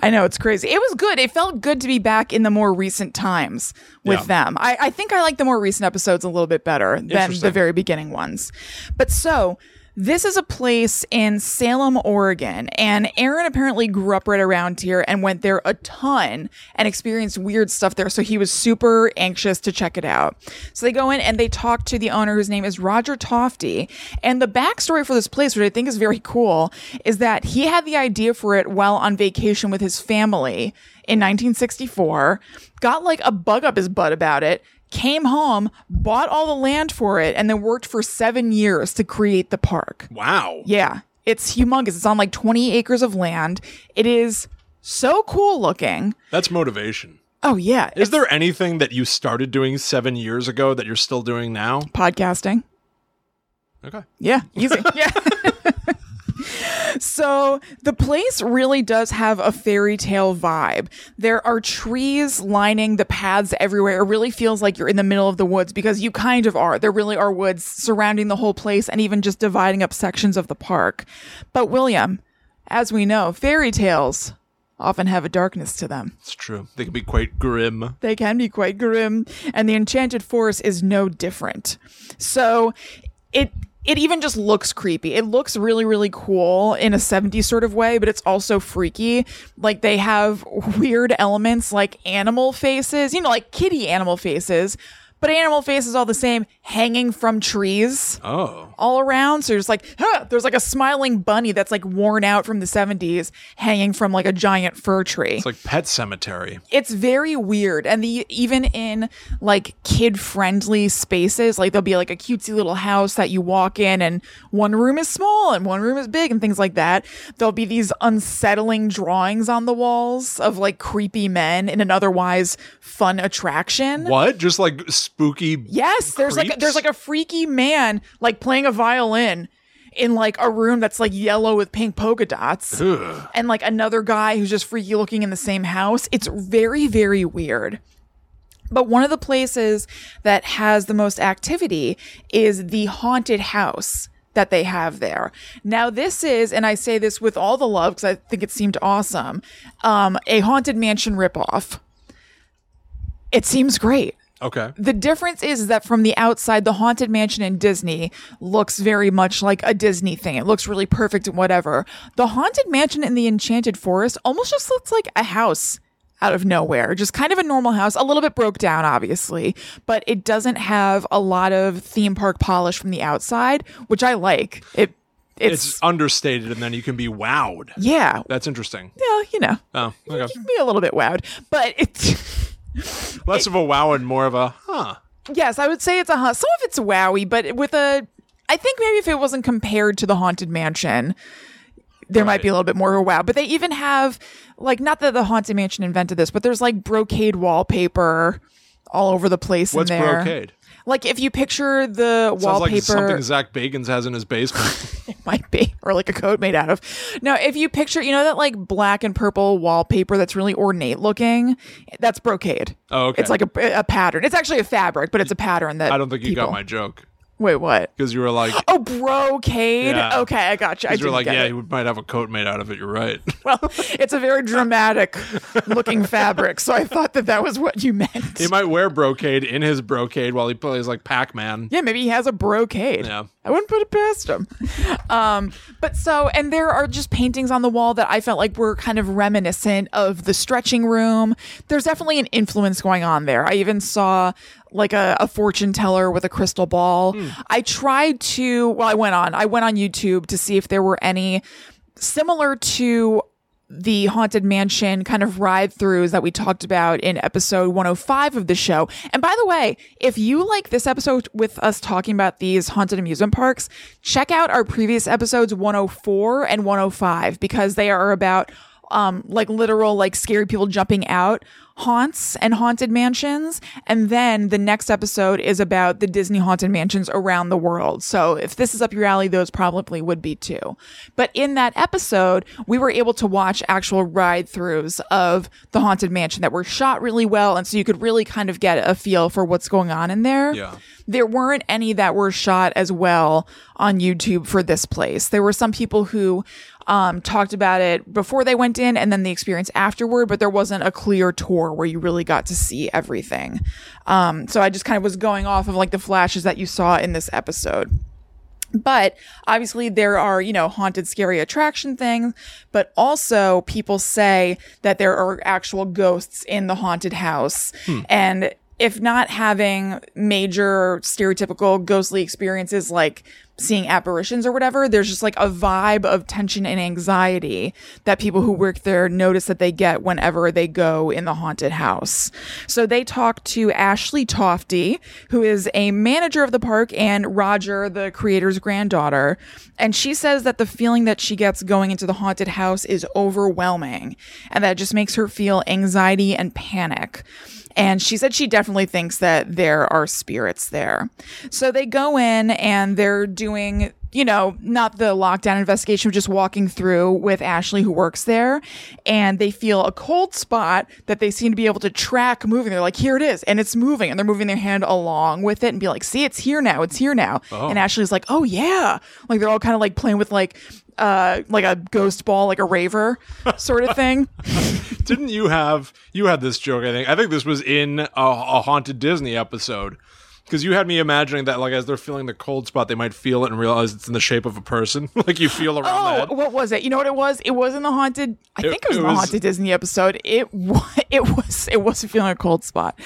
[SPEAKER 1] I know it's crazy. It was good. It felt good to be back in the more recent times with
[SPEAKER 2] Yeah.
[SPEAKER 1] them. I, I think I like the more recent episodes a little bit better than the
[SPEAKER 2] Interesting.
[SPEAKER 1] very beginning ones. But so this is a place in Salem, Oregon, and Aaron apparently grew up right around here and went there a ton and experienced weird stuff there. So he was super anxious to check it out. So they go in and they talk to the owner, whose name is Roger Tofty. And the backstory for this place, which I think is very cool, is that he had the idea for it while on vacation with his family in 1964, got like a bug up his butt about it, came home, bought all the land for it, and then worked for seven years to create the park.
[SPEAKER 2] wow.
[SPEAKER 1] Yeah, it's humongous. It's on like 20 acres of land. It is so cool looking.
[SPEAKER 2] That's motivation.
[SPEAKER 1] Oh, yeah.
[SPEAKER 2] Is there anything that you started doing seven years ago that you're still doing now?
[SPEAKER 1] podcasting?
[SPEAKER 2] Okay.
[SPEAKER 1] Yeah, <laughs> easy. yeah. So the place really does have a fairy tale vibe. There are trees lining the paths everywhere. It really feels like you're in the middle of the woods because you kind of are. There really are woods surrounding the whole place and even just dividing up sections of the park. But William, As we know, fairy tales often have a darkness to them.
[SPEAKER 2] It's true. They can be quite grim.
[SPEAKER 1] They can be quite grim, and the Enchanted Forest is no different. So it it even just looks creepy. It looks really, really cool in a 70s sort of way, but it's also freaky. Like they have weird elements like animal faces, you know, like kitty animal faces, but animal faces all the same, hanging from trees
[SPEAKER 2] Oh.
[SPEAKER 1] all around. So you're just like, huh, there's like a smiling bunny that's like worn out from the 70s hanging from like a giant fir tree
[SPEAKER 2] It's like Pet Cemetery.
[SPEAKER 1] it's very weird and the even in like kid friendly spaces like there'll be like a cutesy little house that you walk in and one room is small and one room is big and things like that there'll be these unsettling drawings on the walls of like creepy men in an otherwise fun attraction
[SPEAKER 2] What? Just like spooky.
[SPEAKER 1] Yes, there's like a,
[SPEAKER 2] creeps?
[SPEAKER 1] there's like a freaky man like playing a violin in like a room that's like yellow with pink polka dots,
[SPEAKER 2] Ugh.
[SPEAKER 1] <sighs> and like another guy who's just freaky looking in the same house. It's very very weird. But one of the places that has the most activity is the haunted house that they have there. Now, this is, and I say this with all the love because I think it seemed awesome, um, a haunted mansion ripoff. It seems great.
[SPEAKER 2] Okay.
[SPEAKER 1] The difference is that from the outside, the Haunted Mansion in Disney looks very much like a Disney thing. It looks really perfect and whatever. The Haunted Mansion in the Enchanted Forest almost just looks like a house out of nowhere, just kind of a normal house, a little bit broke down, obviously, but it doesn't have a lot of theme park polish from the outside, which I like. It, it's,
[SPEAKER 2] It's understated, and then you can be wowed.
[SPEAKER 1] yeah,
[SPEAKER 2] That's interesting.
[SPEAKER 1] well, you know,
[SPEAKER 2] Oh, okay.
[SPEAKER 1] be a little bit wowed, but <laughs> it's.
[SPEAKER 2] Less of a wow and more of a huh.
[SPEAKER 1] Yes, I would say it's a haunt. Some of it's wowie, but with a, I think maybe if it wasn't compared to the Haunted Mansion, there might be a little bit more of a wow. But they even have like not that the Haunted Mansion invented this, but there's like brocade wallpaper all over the place
[SPEAKER 2] What's
[SPEAKER 1] in there.
[SPEAKER 2] brocade?
[SPEAKER 1] Like if you picture the
[SPEAKER 2] Sounds
[SPEAKER 1] wallpaper,
[SPEAKER 2] like
[SPEAKER 1] <laughs>
[SPEAKER 2] something Zach Bagans has in his basement.
[SPEAKER 1] might be, or like a coat made out of. No, if you picture, you know that like black and purple wallpaper that's really ornate looking, that's brocade.
[SPEAKER 2] Oh, okay.
[SPEAKER 1] It's like a, a pattern. It's actually a fabric, but it's a pattern that
[SPEAKER 2] I don't think you got
[SPEAKER 1] people-
[SPEAKER 2] my joke
[SPEAKER 1] Wait, what?
[SPEAKER 2] because you
[SPEAKER 1] <laughs>
[SPEAKER 2] were like,
[SPEAKER 1] Oh, brocade.
[SPEAKER 2] Yeah.
[SPEAKER 1] Okay, I got you. I
[SPEAKER 2] you were
[SPEAKER 1] didn't
[SPEAKER 2] like,
[SPEAKER 1] get
[SPEAKER 2] yeah,
[SPEAKER 1] it.
[SPEAKER 2] you might have a coat made out of it. You're right. <laughs>
[SPEAKER 1] Well, it's a very dramatic looking fabric, so I thought that that was what you meant.
[SPEAKER 2] he might wear brocade in his brocade while he plays like Pac Man.
[SPEAKER 1] yeah, maybe he has a brocade.
[SPEAKER 2] Yeah.
[SPEAKER 1] I wouldn't put it past him. Um, but so, and there are just paintings on the wall that I felt like were kind of reminiscent of the stretching room. There's definitely an influence going on there. I even saw like a, a fortune teller with a crystal ball. I tried to, well, I went on, I went on YouTube to see if there were any similar to the haunted mansion kind of ride throughs that we talked about in episode 105 of the show. And by the way, if you like this episode with us talking about these haunted amusement parks, check out our previous episodes 104 and 105 because they are about um like literal like scary people jumping out haunts and haunted mansions and then the next episode is about the disney haunted mansions around the world so if this is up your alley those probably would be too but in that episode we were able to watch actual ride throughs of the haunted mansion that were shot really well and so you could really kind of get a feel for what's going on in there
[SPEAKER 2] Yeah.
[SPEAKER 1] there weren't any that were shot as well on YouTube for this place. There were some people who um, talked about it before they went in and then the experience afterward, but there wasn't a clear tour where you really got to see everything. Um, so I just kind of was going off of like the flashes that you saw in this episode. But obviously, there are, you know, haunted, scary attraction things, but also people say that there are actual ghosts in the haunted house. And if not having major stereotypical ghostly experiences like seeing apparitions or whatever, there's just like a vibe of tension and anxiety that people who work there notice that they get whenever they go in the haunted house. So they talked to Ashley Tofty, who is a manager of the park, and Roger, the creator's granddaughter. And she says that the feeling that she gets going into the haunted house is overwhelming and that it just makes her feel anxiety and panic. And she said she definitely thinks that there are spirits there. So they go in and they're doing you know, not the lockdown investigation, but just walking through with Ashley, who works there, and they feel a cold spot that they seem to be able to track moving. They're like, here it is, and it's moving, and they're moving their hand along with it and be like, see, it's here now, it's here now. And Ashley's like, oh yeah, like they're all kind of like playing with like uh like a ghost ball, like a raver sort of thing.
[SPEAKER 2] <laughs> Didn't you have you had this joke? I think I think this was in a, a haunted Disney episode because you had me imagining that like as they're feeling the cold spot, they might feel it and realize it's in the shape of a person. <laughs> like you feel around the
[SPEAKER 1] Oh,
[SPEAKER 2] head.
[SPEAKER 1] what was it? You know what it was? It was in the haunted. I think it was
[SPEAKER 2] it
[SPEAKER 1] in the
[SPEAKER 2] was-
[SPEAKER 1] haunted Disney episode. It wa- <laughs> it was it was feeling a cold spot.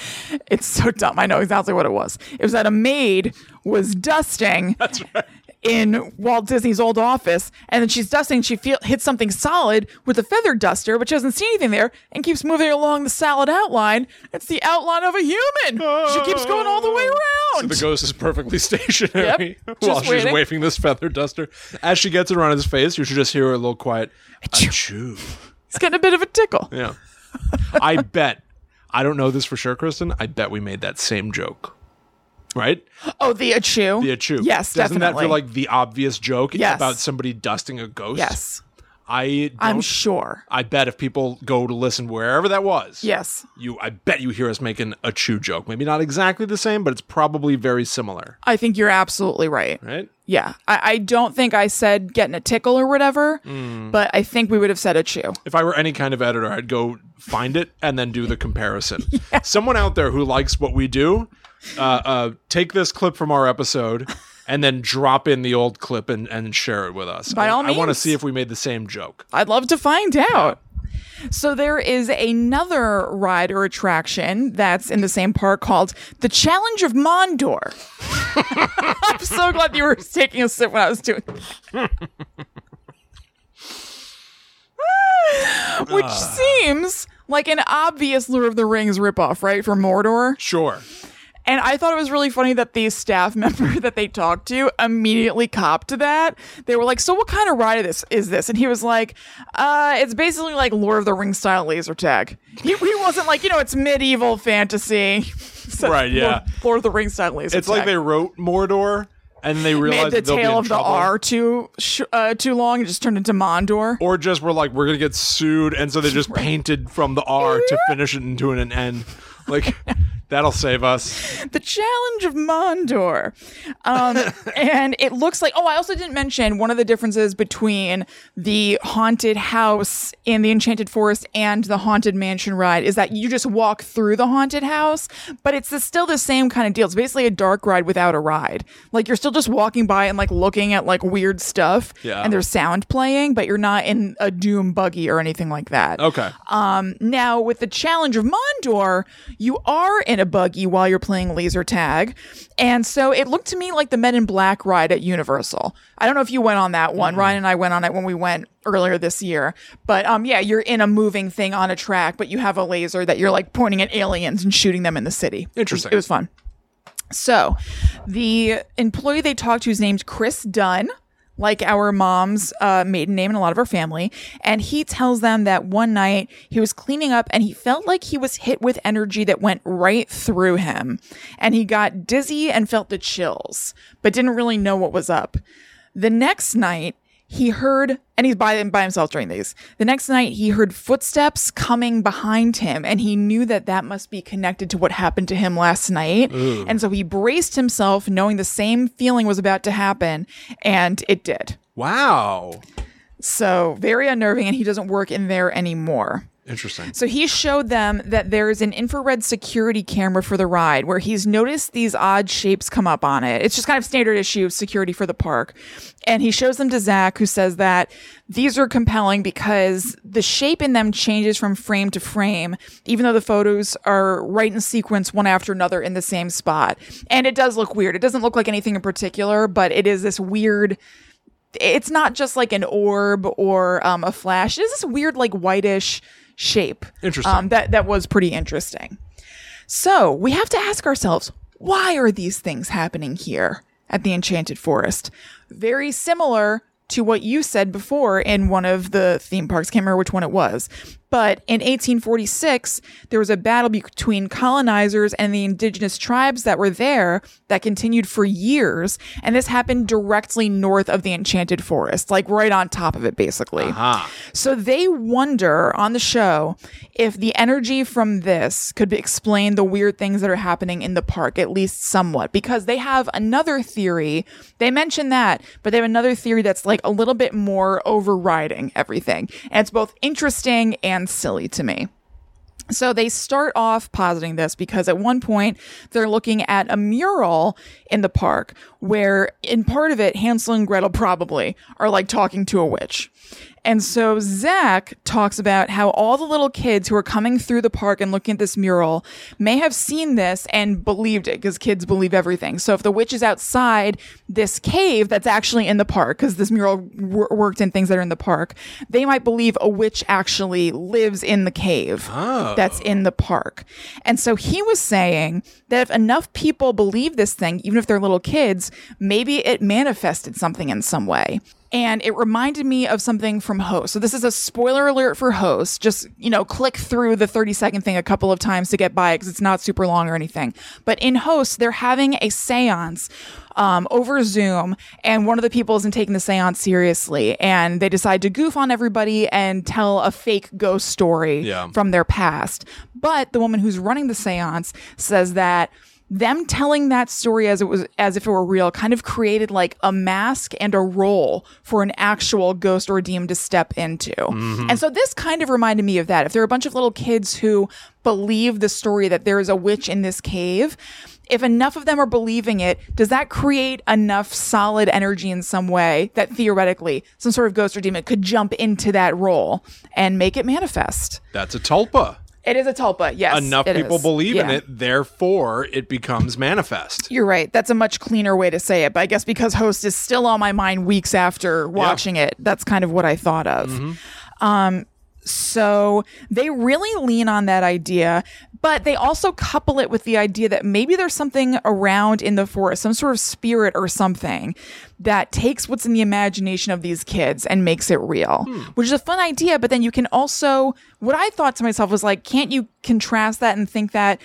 [SPEAKER 1] It's so dumb. I know exactly what it was. It was that a maid was
[SPEAKER 2] <laughs>
[SPEAKER 1] dusting. That's right. In Walt Disney's old office, and then she's dusting. She feel, hits something solid with a feather duster, but she doesn't see anything there, and keeps moving along the solid outline. It's the outline of a human. She keeps going all the way
[SPEAKER 2] Oh. So
[SPEAKER 1] around.
[SPEAKER 2] the ghost is perfectly <laughs> stationary
[SPEAKER 1] Yep, just
[SPEAKER 2] <laughs> while she's
[SPEAKER 1] waiting.
[SPEAKER 2] waving this feather duster. As she gets it around his face, you should just hear a little quiet achoo.
[SPEAKER 1] it's getting a bit of a tickle.
[SPEAKER 2] Yeah. I <laughs> bet. I don't know this for sure, Kristen. I bet we made that same joke. Right?
[SPEAKER 1] Oh, the achoo.
[SPEAKER 2] The achoo.
[SPEAKER 1] Yes,
[SPEAKER 2] Doesn't
[SPEAKER 1] definitely.
[SPEAKER 2] that feel like the obvious joke
[SPEAKER 1] Yes.
[SPEAKER 2] about somebody dusting a ghost?
[SPEAKER 1] yes.
[SPEAKER 2] I
[SPEAKER 1] I'm
[SPEAKER 2] don't-
[SPEAKER 1] sure.
[SPEAKER 2] I bet if people go to listen wherever that was.
[SPEAKER 1] Yes.
[SPEAKER 2] You I bet you hear us making a chew joke. Maybe not exactly the same, but it's probably very similar.
[SPEAKER 1] I think you're absolutely right.
[SPEAKER 2] Right?
[SPEAKER 1] Yeah. I, I don't think I said getting a tickle or whatever, but I think we would have said a chew.
[SPEAKER 2] If I were any kind of editor, I'd go find it and then do
[SPEAKER 1] <laughs>
[SPEAKER 2] the comparison. Someone out there who likes what we do, uh, uh, take this clip from our episode and then drop in the old clip and, and share it with us.
[SPEAKER 1] By
[SPEAKER 2] I,
[SPEAKER 1] all
[SPEAKER 2] I want to
[SPEAKER 1] means.
[SPEAKER 2] see if we made the same joke.
[SPEAKER 1] I'd love to find out. So there is another ride or attraction that's in the same park called the Challenge of Mondor. <laughs> I'm so glad you were taking a sip when I was doing. <laughs> Which seems like an obvious Lord of the Rings ripoff, right? For Mordor.
[SPEAKER 2] Sure.
[SPEAKER 1] And I thought it was really funny that the staff <laughs> member that they talked to immediately copped to that. They were like, "So what kind of ride this is this?" And he was like, "Uh, it's basically like Lord of the Rings style laser tag." He, he wasn't like, you know, it's medieval fantasy. <laughs> So
[SPEAKER 2] Right,
[SPEAKER 1] Lord-
[SPEAKER 2] yeah.
[SPEAKER 1] Lord, of the Rings style laser.
[SPEAKER 2] It's like they
[SPEAKER 1] tag.
[SPEAKER 2] wrote Mordor and they
[SPEAKER 1] made
[SPEAKER 2] realized
[SPEAKER 1] the
[SPEAKER 2] that they'll be in
[SPEAKER 1] tail of the
[SPEAKER 2] trouble.
[SPEAKER 1] R too sh- uh, too long and just turned into Mondor.
[SPEAKER 2] or just were like, we're gonna get sued, and so
[SPEAKER 1] <laughs>
[SPEAKER 2] they just painted from the R to finish it into an N. Like that'll save us.
[SPEAKER 1] the challenge of Mondor. Um,
[SPEAKER 2] <laughs>
[SPEAKER 1] and it looks like, oh, I also didn't mention one of the differences between the haunted house in the Enchanted Forest and the Haunted Mansion ride is that you just walk through the haunted house, but it's the- still the same kind of deal. It's basically a dark ride without a ride. Like you're still just walking by and like looking at like weird stuff
[SPEAKER 2] Yeah.
[SPEAKER 1] and there's sound playing, but you're not in a doom buggy or anything like that.
[SPEAKER 2] Okay.
[SPEAKER 1] Um, now, with the challenge of Mondor, you are in a buggy while you're playing laser tag. And so it looked to me like the Men in Black ride at Universal. I don't know if you went on that one. Ryan and I went on it when we went earlier this year. But um, yeah, you're in a moving thing on a track, but you have a laser that you're like pointing at aliens and shooting them in the city.
[SPEAKER 2] Interesting.
[SPEAKER 1] It was fun. So, the employee they talked to is named Chris Dunn, like our mom's uh, maiden name and a lot of her family. And he tells them that one night he was cleaning up and he felt like he was hit with energy that went right through him. And he got dizzy and felt the chills, but didn't really know what was up. The next night, he heard, and he's by, by himself during these. The next night, he heard footsteps coming behind him, and he knew that that must be connected to what happened to him last night. And so he braced himself, knowing the same feeling was about to happen, and it did.
[SPEAKER 2] Wow.
[SPEAKER 1] So very unnerving, and he doesn't work in there anymore.
[SPEAKER 2] Interesting.
[SPEAKER 1] So he showed them that there is an infrared security camera for the ride where he's noticed these odd shapes come up on it. It's just kind of standard issue of security for the park. And he shows them to Zach, who says that these are compelling because the shape in them changes from frame to frame, even though the photos are right in sequence one after another in the same spot. And it does look weird. It doesn't look like anything in particular, but it is this weird it's not just like an orb or um, a flash. It's this weird, like whitish shape.
[SPEAKER 2] Interesting.
[SPEAKER 1] Um, that that was pretty interesting. So we have to ask ourselves, why are these things happening here at the Enchanted Forest? Very similar to what you said before in one of the theme parks. Can't remember which one it was. But in 1846, there was a battle between colonizers and the indigenous tribes that were there that continued for years. And this happened directly north of the Enchanted Forest, like right on top of it, basically.
[SPEAKER 2] Uh-huh. Ah,
[SPEAKER 1] So they wonder on the show if the energy from this could be- explain the weird things that are happening in the park, at least somewhat, because they have another theory. They mention that, but they have another theory that's like a little bit more overriding everything. And it's both interesting and silly to me. So they start off positing this because at one point they're looking at a mural in the park where, in part of it, Hansel and Gretel probably are like talking to a witch. And so Zach talks about how all the little kids who are coming through the park and looking at this mural may have seen this and believed it because kids believe everything. So if the witch is outside this cave that's actually in the park, because this mural wor- worked in things that are in the park, they might believe a witch actually lives in the cave that's in the park. And so he was saying that if enough people believe this thing, even if they're little kids, maybe it manifested something in some way. And it reminded me of something from Host. So this is a spoiler alert for Host. Just, you know, click through the 30 second thing a couple of times to get by because it's not super long or anything. But in Host, they're having a seance um, over Zoom, and one of the people isn't taking the seance seriously, and they decide to goof on everybody and tell a fake ghost story
[SPEAKER 2] Yeah.
[SPEAKER 1] from their past. But the woman who's running the seance says that them telling that story as it was as if it were real kind of created like a mask and a role for an actual ghost or demon to step into. And so this kind of reminded me of that. If there are a bunch of little kids who believe the story that there is a witch in this cave, if enough of them are believing it, does that create enough solid energy in some way that theoretically some sort of ghost or demon could jump into that role and make it manifest?
[SPEAKER 2] That's a tulpa.
[SPEAKER 1] It is a tulpa, yes.
[SPEAKER 2] Enough
[SPEAKER 1] it
[SPEAKER 2] people
[SPEAKER 1] is.
[SPEAKER 2] believe in
[SPEAKER 1] Yeah.
[SPEAKER 2] it, therefore it becomes manifest.
[SPEAKER 1] You're right. That's a much cleaner way to say it. But I guess because host is still on my mind weeks after watching it, that's kind of what I thought of. Um, so they really lean on that idea, but they also couple it with the idea that maybe there's something around in the forest, some sort of spirit or something that takes what's in the imagination of these kids and makes it real, which is a fun idea. But then you can also, what I thought to myself was like, can't you contrast that and think that?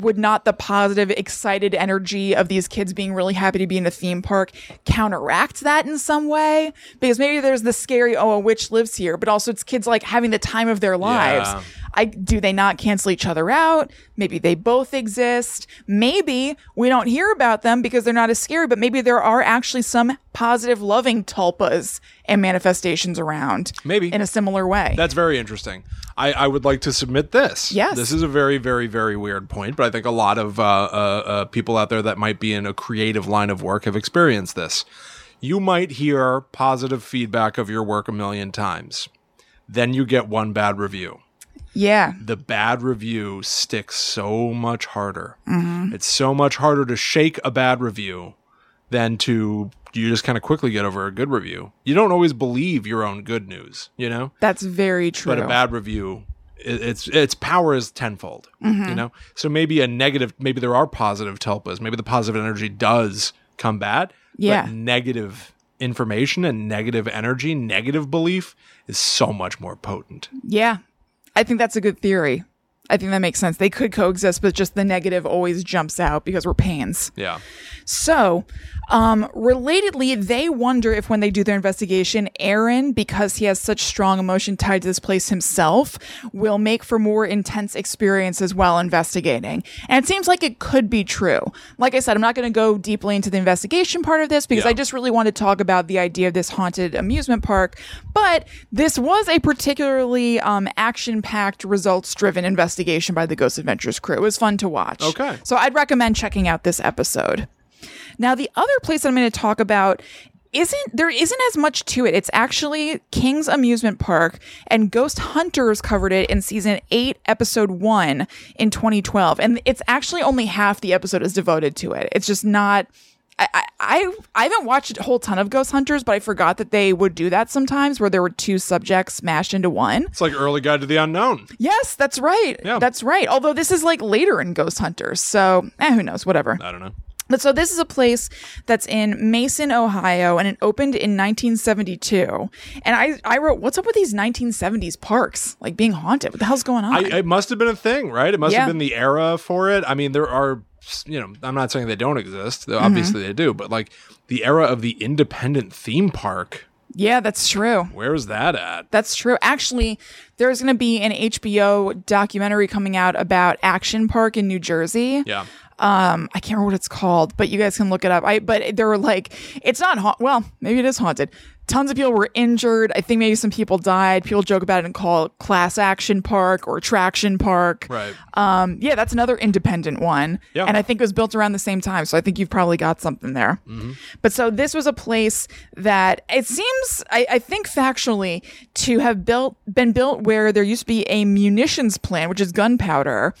[SPEAKER 1] would not the positive, excited energy of these kids being really happy to be in a theme park counteract that in some way? Because maybe there's the scary, oh, a witch lives here, but also it's kids like having the time of their lives.
[SPEAKER 2] Yeah.
[SPEAKER 1] I do they not cancel each other out? Maybe they both exist. Maybe we don't hear about them because they're not as scary, but maybe there are actually some positive, loving tulpas and manifestations around.
[SPEAKER 2] Maybe.
[SPEAKER 1] in a similar way.
[SPEAKER 2] That's very interesting. I, I would like to submit this.
[SPEAKER 1] Yes.
[SPEAKER 2] This is a very, very, very weird point, but I think a lot of uh, uh, uh, people out there that might be in a creative line of work have experienced this. You might hear positive feedback of your work a million times. Then you get one bad review.
[SPEAKER 1] yeah.
[SPEAKER 2] the bad review sticks so much harder. It's so much harder to shake a bad review than to you just kind of quickly get over a good review. You don't always believe your own good news, you know?
[SPEAKER 1] That's very true.
[SPEAKER 2] But a bad review it- it's its power is tenfold,
[SPEAKER 1] Mm-hmm.
[SPEAKER 2] you know? So maybe a negative maybe there are positive tulpas. Maybe the positive energy does combat.
[SPEAKER 1] Yeah.
[SPEAKER 2] But negative information and negative energy, negative belief is so much more potent.
[SPEAKER 1] Yeah. I think that's a good theory. I think that makes sense. They could coexist, but just the negative always jumps out because we're pains.
[SPEAKER 2] Yeah.
[SPEAKER 1] So, um, relatedly, they wonder if when they do their investigation, Aaron, because he has such strong emotion tied to this place himself, will make for more intense experiences while investigating. And it seems like it could be true. Like I said, I'm not going to go deeply into the investigation part of this because
[SPEAKER 2] Yeah.
[SPEAKER 1] I just really want to talk about the idea of this haunted amusement park. But this was a particularly um, action packed, results driven investigation by the Ghost Adventures crew. It was fun to watch.
[SPEAKER 2] Okay.
[SPEAKER 1] So I'd recommend checking out this episode. Now, the other place that I'm going to talk about isn't there isn't as much to it. It's actually King's Amusement Park and Ghost Hunters covered it in season 8 episode 1 in 2012 and it's actually only half the episode is devoted to it. It's just not I, I- I I haven't watched a whole ton of Ghost Hunters, but I forgot that they would do that sometimes where there were two subjects smashed into one.
[SPEAKER 2] It's like early guide to the unknown.
[SPEAKER 1] Yes, that's right.
[SPEAKER 2] Yeah.
[SPEAKER 1] That's right. Although this is like later in Ghost Hunters, so eh, who knows, whatever.
[SPEAKER 2] I don't know.
[SPEAKER 1] But so this is a place that's in Mason, Ohio, and it opened in 1972. And I, I wrote, what's up with these 1970s parks like being haunted? What the hell's going on?
[SPEAKER 2] I, it must have been a thing, right? It must
[SPEAKER 1] Yeah.
[SPEAKER 2] have been the era for it. I mean, there are, you know, I'm not saying they don't exist.
[SPEAKER 1] Mm-hmm.
[SPEAKER 2] Though Obviously, they do. But like the era of the independent theme park,
[SPEAKER 1] yeah, that's true.
[SPEAKER 2] where's that at?
[SPEAKER 1] That's true. Actually, there's going to be an HBO documentary coming out about Action Park in New Jersey.
[SPEAKER 2] Yeah.
[SPEAKER 1] Um, I can't remember what it's called, but you guys can look it up. I but there were like it's not haunt. Well, maybe it is haunted. Tons of people were injured. I think maybe some people died. People joke about it and call it class action park or traction park.
[SPEAKER 2] Right.
[SPEAKER 1] Um, yeah, that's another independent one.
[SPEAKER 2] Yeah.
[SPEAKER 1] And I think it was built around the same time. So I think you've probably got something there. But so this was a place that it seems, I, I think factually, to have built been built where there used to be a munitions plant, which is gunpowder.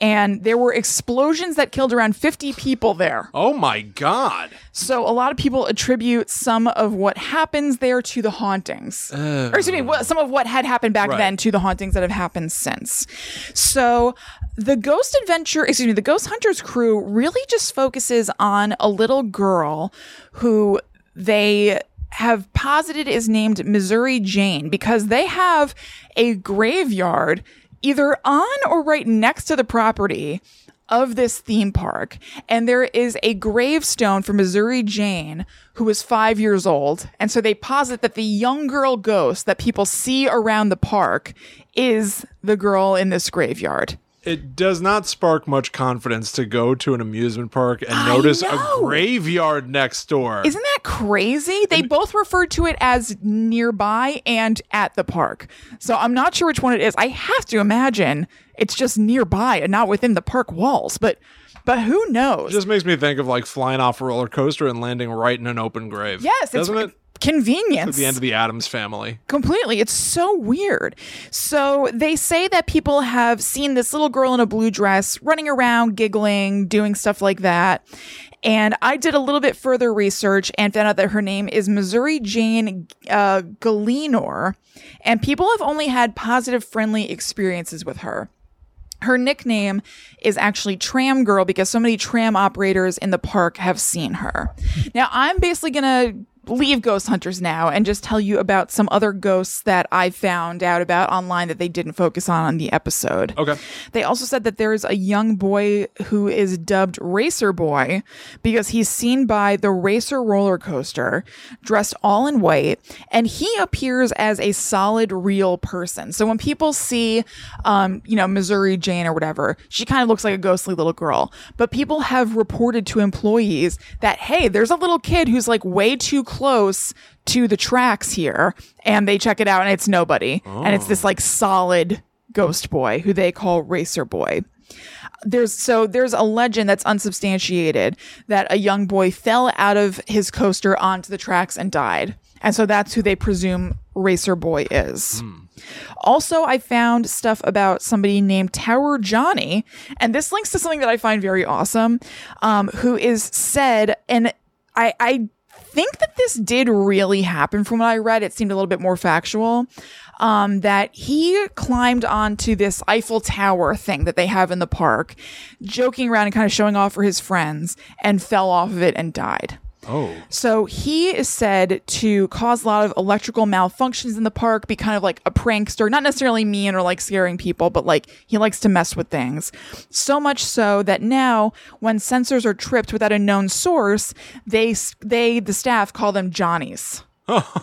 [SPEAKER 1] And there were explosions that killed around 50 people there.
[SPEAKER 2] Oh my God.
[SPEAKER 1] So a lot of people attribute some of what happens there to the hauntings, or excuse me, wha- some of what had happened back
[SPEAKER 2] Right.
[SPEAKER 1] then to the hauntings that have happened since. So the Ghost Adventure, excuse me, the Ghost Hunters crew really just focuses on a little girl who they have posited is named Missouri Jane because they have a graveyard either on or right next to the property of this theme park. And there is a gravestone for Missouri Jane, who was five years old. And so they posit that the young girl ghost that people see around the park is the girl in this graveyard.
[SPEAKER 2] It does not spark much confidence to go to an amusement park and notice a
[SPEAKER 1] know.
[SPEAKER 2] graveyard next door.
[SPEAKER 1] Isn't that crazy? They both referred to it as nearby and at the park. So I'm not sure which one it is. I have to imagine it's just nearby and not within the park walls, but but who knows?
[SPEAKER 2] It just makes me think of like flying off a roller coaster and landing right in an open grave.
[SPEAKER 1] yes, it's
[SPEAKER 2] doesn't it?
[SPEAKER 1] convenience.
[SPEAKER 2] The end of the Adams family.
[SPEAKER 1] Completely. It's so weird. So they say that people have seen this little girl in a blue dress running around, giggling, doing stuff like that. And I did a little bit further research and found out that her name is Missouri Jane uh, Galenor. And people have only had positive, friendly experiences with her. Her nickname is actually Tram Girl because so many tram operators in the park have seen her. Now, I'm basically going to leave Ghost Hunters now and just tell you about some other ghosts that I found out about online that they didn't focus on on the episode.
[SPEAKER 2] Okay.
[SPEAKER 1] They also said that there is a young boy who is dubbed Racer Boy because he's seen by the Racer roller coaster dressed all in white and he appears as a solid, real person. So when people see, um, you know, Missouri Jane or whatever, she kind of looks like a ghostly little girl. But people have reported to employees that, hey, there's a little kid who's like way too close to the tracks here and they check it out and it's nobody and it's this like solid ghost boy who they call racer boy there's so there's a legend that's unsubstantiated that a young boy fell out of his coaster onto the tracks and died and so that's who they presume racer boy is also i found stuff about somebody named tower johnny and this links to something that i find very awesome um, who is said and i i think that this did really happen from what I read. It seemed a little bit more factual. Um, that he climbed onto this Eiffel Tower thing that they have in the park, joking around and kind of showing off for his friends, and fell off of it and died.
[SPEAKER 2] Oh.
[SPEAKER 1] So he is said to cause a lot of electrical malfunctions in the park, be kind of like a prankster, not necessarily mean or like scaring people, but like he likes to mess with things. So much so that now when sensors are tripped without a known source, they they the staff call them
[SPEAKER 2] <laughs>
[SPEAKER 1] Johnnies.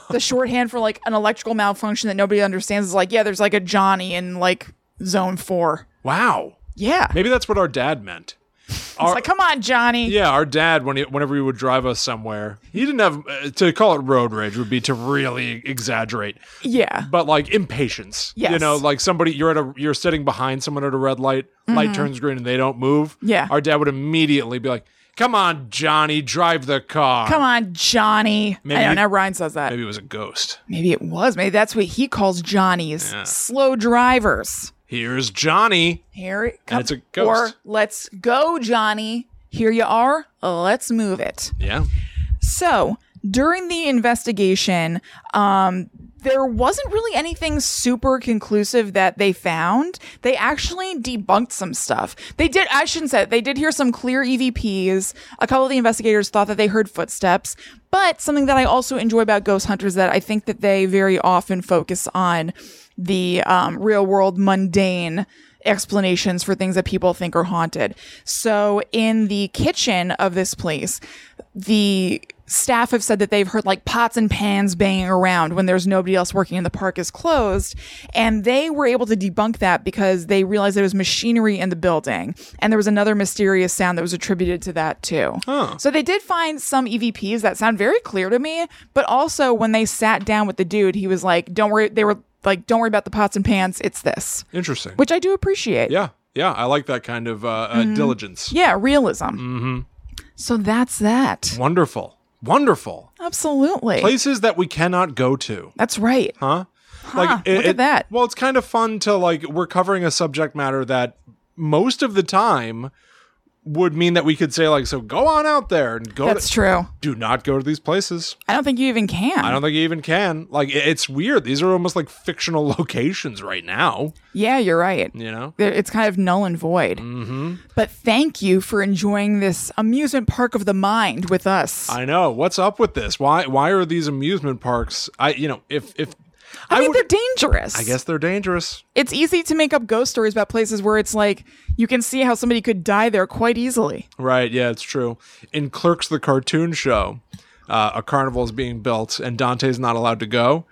[SPEAKER 1] the shorthand for like an electrical malfunction that nobody understands is like, yeah, there's like a Johnny in like zone 4.
[SPEAKER 2] Wow.
[SPEAKER 1] Yeah.
[SPEAKER 2] Maybe that's what our dad meant.
[SPEAKER 1] It's like, come on, Johnny.
[SPEAKER 2] Yeah, our dad when he, whenever he would drive us somewhere, he didn't have uh, to call it road rage would be to really exaggerate,
[SPEAKER 1] yeah.
[SPEAKER 2] but like impatience. You
[SPEAKER 1] Yes.
[SPEAKER 2] know, like somebody you're at a you're sitting behind someone at a red light, light turns green and they don't move.
[SPEAKER 1] Mm-hmm. Yeah.
[SPEAKER 2] Our dad would immediately be like, "Come on, Johnny, drive the car."
[SPEAKER 1] Come on, Johnny.
[SPEAKER 2] Maybe-
[SPEAKER 1] I don't know. Ryan says that.
[SPEAKER 2] Maybe it was a ghost.
[SPEAKER 1] Maybe it was. Maybe that's what he calls Johnny's slow drivers.
[SPEAKER 2] Here's Johnny.
[SPEAKER 1] Here it comes.
[SPEAKER 2] it's a ghost.
[SPEAKER 1] Or let's go, Johnny. Here you are. Let's move it.
[SPEAKER 2] Yeah.
[SPEAKER 1] So during the investigation, um, there wasn't really anything super conclusive that they found. They actually debunked some stuff. They did, I shouldn't say, it, they did hear some clear EVPs. A couple of the investigators thought that they heard footsteps. But something that I also enjoy about Ghost Hunters that I think that they very often focus on the um, real world mundane explanations for things that people think are haunted. So in the kitchen of this place, the staff have said that they've heard like pots and pans banging around when there's nobody else working and the park is closed. And they were able to debunk that because they realized there was machinery in the building. And there was another mysterious sound that was attributed to that too. So they did find some EVPs that sound very clear to me. But also when they sat down with the dude, he was like, don't worry. They were like, don't worry about the pots and pans. It's this,
[SPEAKER 2] Interesting.
[SPEAKER 1] which I do appreciate.
[SPEAKER 2] yeah. Yeah. I like that kind of uh, uh,
[SPEAKER 1] Mm-hmm.
[SPEAKER 2] diligence.
[SPEAKER 1] Yeah, realism. So that's that.
[SPEAKER 2] Wonderful. Wonderful.
[SPEAKER 1] Absolutely.
[SPEAKER 2] Places that we cannot go to.
[SPEAKER 1] that's right.
[SPEAKER 2] Huh?
[SPEAKER 1] Huh, Ah, look at that.
[SPEAKER 2] Well, it's kind of fun to like we're covering a subject matter that most of the time would mean that we could say like so go on out there and go
[SPEAKER 1] That's
[SPEAKER 2] to,
[SPEAKER 1] true.
[SPEAKER 2] <laughs> do not go to these places.
[SPEAKER 1] I don't think you even can.
[SPEAKER 2] I don't think you even can. Like it- it's weird. These are almost like fictional <laughs> locations right now,
[SPEAKER 1] yeah, you're right.
[SPEAKER 2] you know?
[SPEAKER 1] There- It's kind of null and void. Mm-hmm. But thank you for enjoying this amusement park of the mind with us.
[SPEAKER 2] I know. What's up with this? Why why are these amusement parks I you know, if if
[SPEAKER 1] I mean,
[SPEAKER 2] would-
[SPEAKER 1] they're dangerous.
[SPEAKER 2] I guess they're dangerous.
[SPEAKER 1] it's easy to make up ghost stories about places where it's like you can see how somebody could die there quite easily.
[SPEAKER 2] Right. Yeah, it's true. In Clerks, the cartoon show, uh, a carnival is being built and Dante's not allowed to go.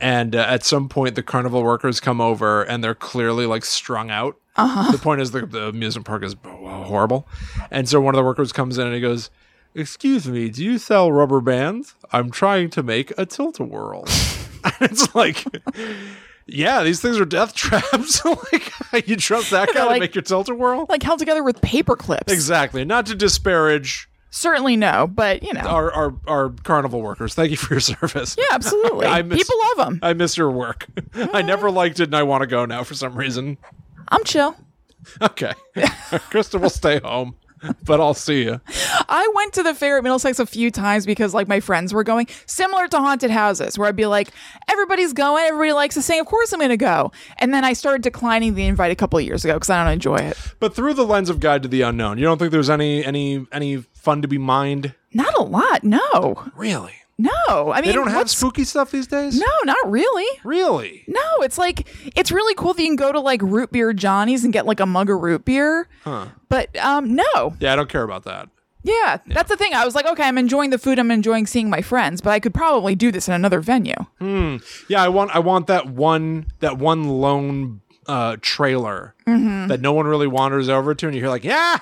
[SPEAKER 2] And uh, at some point, the carnival workers come over and they're clearly like strung out.
[SPEAKER 1] Uh-huh.
[SPEAKER 2] The point is, the, the amusement park is horrible. And so one of the workers comes in and he goes, Excuse me, do you sell rubber bands? I'm trying to make a tilt a whirl. <laughs> and it's like, yeah, these things are death traps. <laughs> like, you
[SPEAKER 1] <laughs>
[SPEAKER 2] trust that guy
[SPEAKER 1] Like-
[SPEAKER 2] to make your tilt a whirl?
[SPEAKER 1] <laughs> Like held together with paper clips.
[SPEAKER 2] Exactly. Not to disparage
[SPEAKER 1] Certainly no, but you know.
[SPEAKER 2] our, our our carnival workers. Thank you for your <laughs> service.
[SPEAKER 1] yeah, absolutely.
[SPEAKER 2] <laughs> I miss-
[SPEAKER 1] People love them.
[SPEAKER 2] I miss your work. <laughs> I never liked it and I want to go now for some reason. <laughs>
[SPEAKER 1] I'm chill. <laughs>
[SPEAKER 2] Okay. Krista will stay home, but I'll see you.
[SPEAKER 1] I went to the fair at Middlesex a few times because like my friends were going, similar to haunted houses, where I'd be like, everybody's going, everybody likes this thing, of course I'm gonna go. And then I started declining the invite a couple of years ago because I don't enjoy it.
[SPEAKER 2] But through the lens of Guide to the Unknown, you don't think there's any any any fun to be mined?
[SPEAKER 1] Not a lot, no,
[SPEAKER 2] Really?
[SPEAKER 1] no. I mean,
[SPEAKER 2] They don't have
[SPEAKER 1] what's-
[SPEAKER 2] spooky stuff these days?
[SPEAKER 1] no, not really.
[SPEAKER 2] Really?
[SPEAKER 1] No, it's like it's really cool that you can go to like root beer Johnny's and get like a mug of root beer. But um, no,
[SPEAKER 2] Yeah, I don't care about that.
[SPEAKER 1] yeah, that's the thing. I was like, okay, I'm enjoying the food, I'm enjoying seeing my friends, but I could probably do this in another venue.
[SPEAKER 2] Yeah, I want I want that one that one lone uh trailer
[SPEAKER 1] Mm-hmm.
[SPEAKER 2] that no one really wanders over to and you hear like, yeah,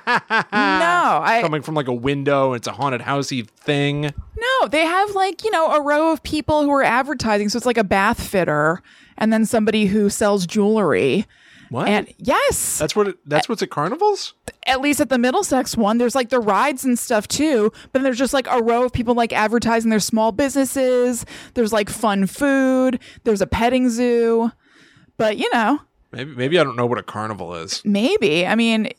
[SPEAKER 2] Hmm.
[SPEAKER 1] no, I
[SPEAKER 2] coming from like a window. It's a haunted housey thing.
[SPEAKER 1] No, they have like, you know, a row of people who are advertising. So it's like a bath fitter and then somebody who sells jewelry.
[SPEAKER 2] What?
[SPEAKER 1] And yes,
[SPEAKER 2] that's what. It, that's what's at carnivals.
[SPEAKER 1] at least at the Middlesex one, there's like the rides and stuff too. But then there's just like a row of people like advertising their small businesses. There's like fun food. There's a petting zoo. But, you know,
[SPEAKER 2] Maybe. Maybe I don't know what a carnival is.
[SPEAKER 1] maybe. I mean,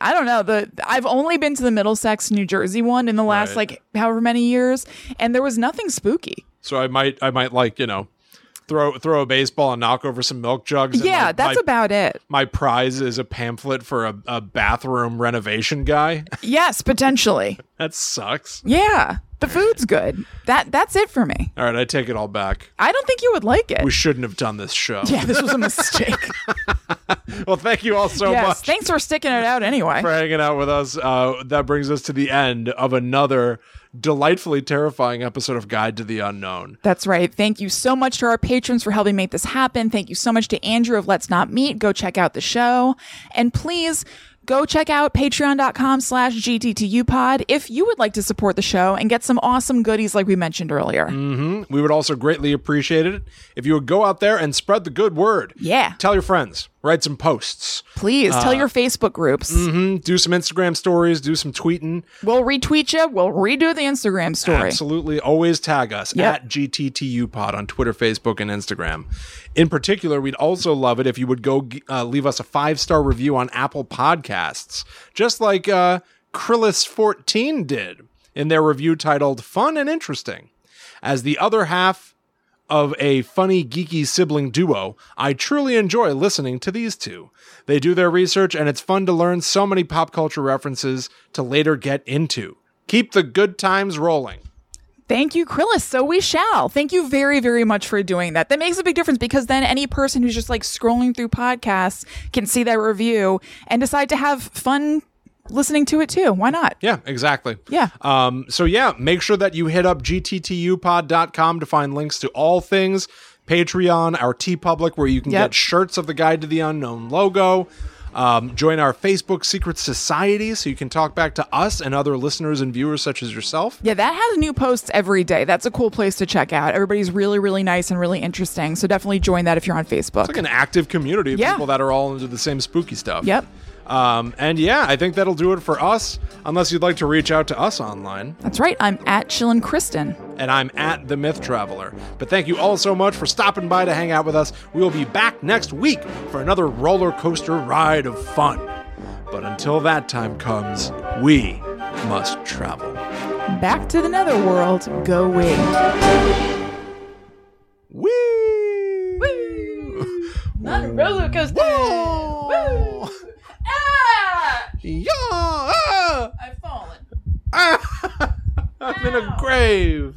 [SPEAKER 1] I don't know. The I've only been to the Middlesex, New Jersey one in the last
[SPEAKER 2] Right.
[SPEAKER 1] like however many years, and there was nothing spooky.
[SPEAKER 2] So I might. I might like you know, throw throw a baseball and knock over some milk jugs. and
[SPEAKER 1] yeah,
[SPEAKER 2] my-
[SPEAKER 1] that's
[SPEAKER 2] my,
[SPEAKER 1] about it.
[SPEAKER 2] my prize is a pamphlet for a, a bathroom
[SPEAKER 1] <laughs>
[SPEAKER 2] renovation guy.
[SPEAKER 1] Yes, potentially.
[SPEAKER 2] that sucks.
[SPEAKER 1] Yeah. The food's good. That that's it for me.
[SPEAKER 2] All right, I take it all back.
[SPEAKER 1] I don't think you would like it. <laughs>
[SPEAKER 2] We shouldn't have done this show.
[SPEAKER 1] yeah, this was a mistake.
[SPEAKER 2] <laughs> Well, thank you all <laughs> so
[SPEAKER 1] yes.
[SPEAKER 2] much.
[SPEAKER 1] Thanks for sticking it out anyway.
[SPEAKER 2] for hanging out with us. Uh, that brings us to the end of another delightfully terrifying episode of Guide to the Unknown.
[SPEAKER 1] That's right. Thank you so much to our patrons for helping make this happen. Thank you so much to Andrew of Let's Not Meet. Go check out the show. And please go check out patreon.com slash gttupod if you would like to support the show and get some awesome goodies like we mentioned earlier.
[SPEAKER 2] Mm. We would also greatly appreciate it if you would go out there and spread the good word.
[SPEAKER 1] Yeah.
[SPEAKER 2] Tell your friends, write some posts,
[SPEAKER 1] Please tell
[SPEAKER 2] Uh,
[SPEAKER 1] your Facebook groups.
[SPEAKER 2] Mhm, do some Instagram stories, do some tweeting.
[SPEAKER 1] We'll retweet you. We'll redo the Instagram story.
[SPEAKER 2] Absolutely. Always tag us
[SPEAKER 1] Yep.
[SPEAKER 2] at GTTU Pod on Twitter, Facebook, and Instagram. In particular, we'd also love it if you would go g- uh, leave us a five star review on Apple Podcasts, just like uh, Krillis14 did in their review titled Fun and Interesting. As the other half of a funny, geeky sibling duo, I truly enjoy listening to these two. They do their research, and it's fun to learn so many pop culture references to later get into. Keep the good times rolling.
[SPEAKER 1] Thank you, Krillis. So we shall. Thank you very, very much for doing that. That makes a big difference because then any person who's just like scrolling through podcasts can see that review and decide to have fun listening to it too. Why not?
[SPEAKER 2] Yeah, exactly.
[SPEAKER 1] Yeah.
[SPEAKER 2] Um, so yeah, make sure that you hit up gttupod.com to find links to all things Patreon, our T Public, where you can
[SPEAKER 1] Yep.
[SPEAKER 2] get shirts of the Guide to the Unknown logo. Um, join our Facebook Secret Society so you can talk back to us and other listeners and viewers such as yourself.
[SPEAKER 1] Yeah, that has new posts every day. That's a cool place to check out. Everybody's really, really nice and really interesting. So definitely join that if you're on Facebook.
[SPEAKER 2] Like an active community of
[SPEAKER 1] Yeah.
[SPEAKER 2] people that are all into the same spooky stuff.
[SPEAKER 1] Yep.
[SPEAKER 2] Um, and yeah, I think that'll do it for us, unless you'd like to reach out to us online.
[SPEAKER 1] That's right. I'm at Chillin' Kristen.
[SPEAKER 2] and I'm at The Myth Traveler. But thank you all so much for stopping by to hang out with us. We will be back next week for another roller coaster ride of fun. But until that time comes, we must travel.
[SPEAKER 1] Back to the netherworld. Go we.
[SPEAKER 2] We. <laughs>
[SPEAKER 1] Not a roller coaster.
[SPEAKER 2] Whoa!
[SPEAKER 1] Ah!
[SPEAKER 2] Yeah! <laughs> Ah!
[SPEAKER 1] I've fallen.
[SPEAKER 2] Ah! I'm in a grave.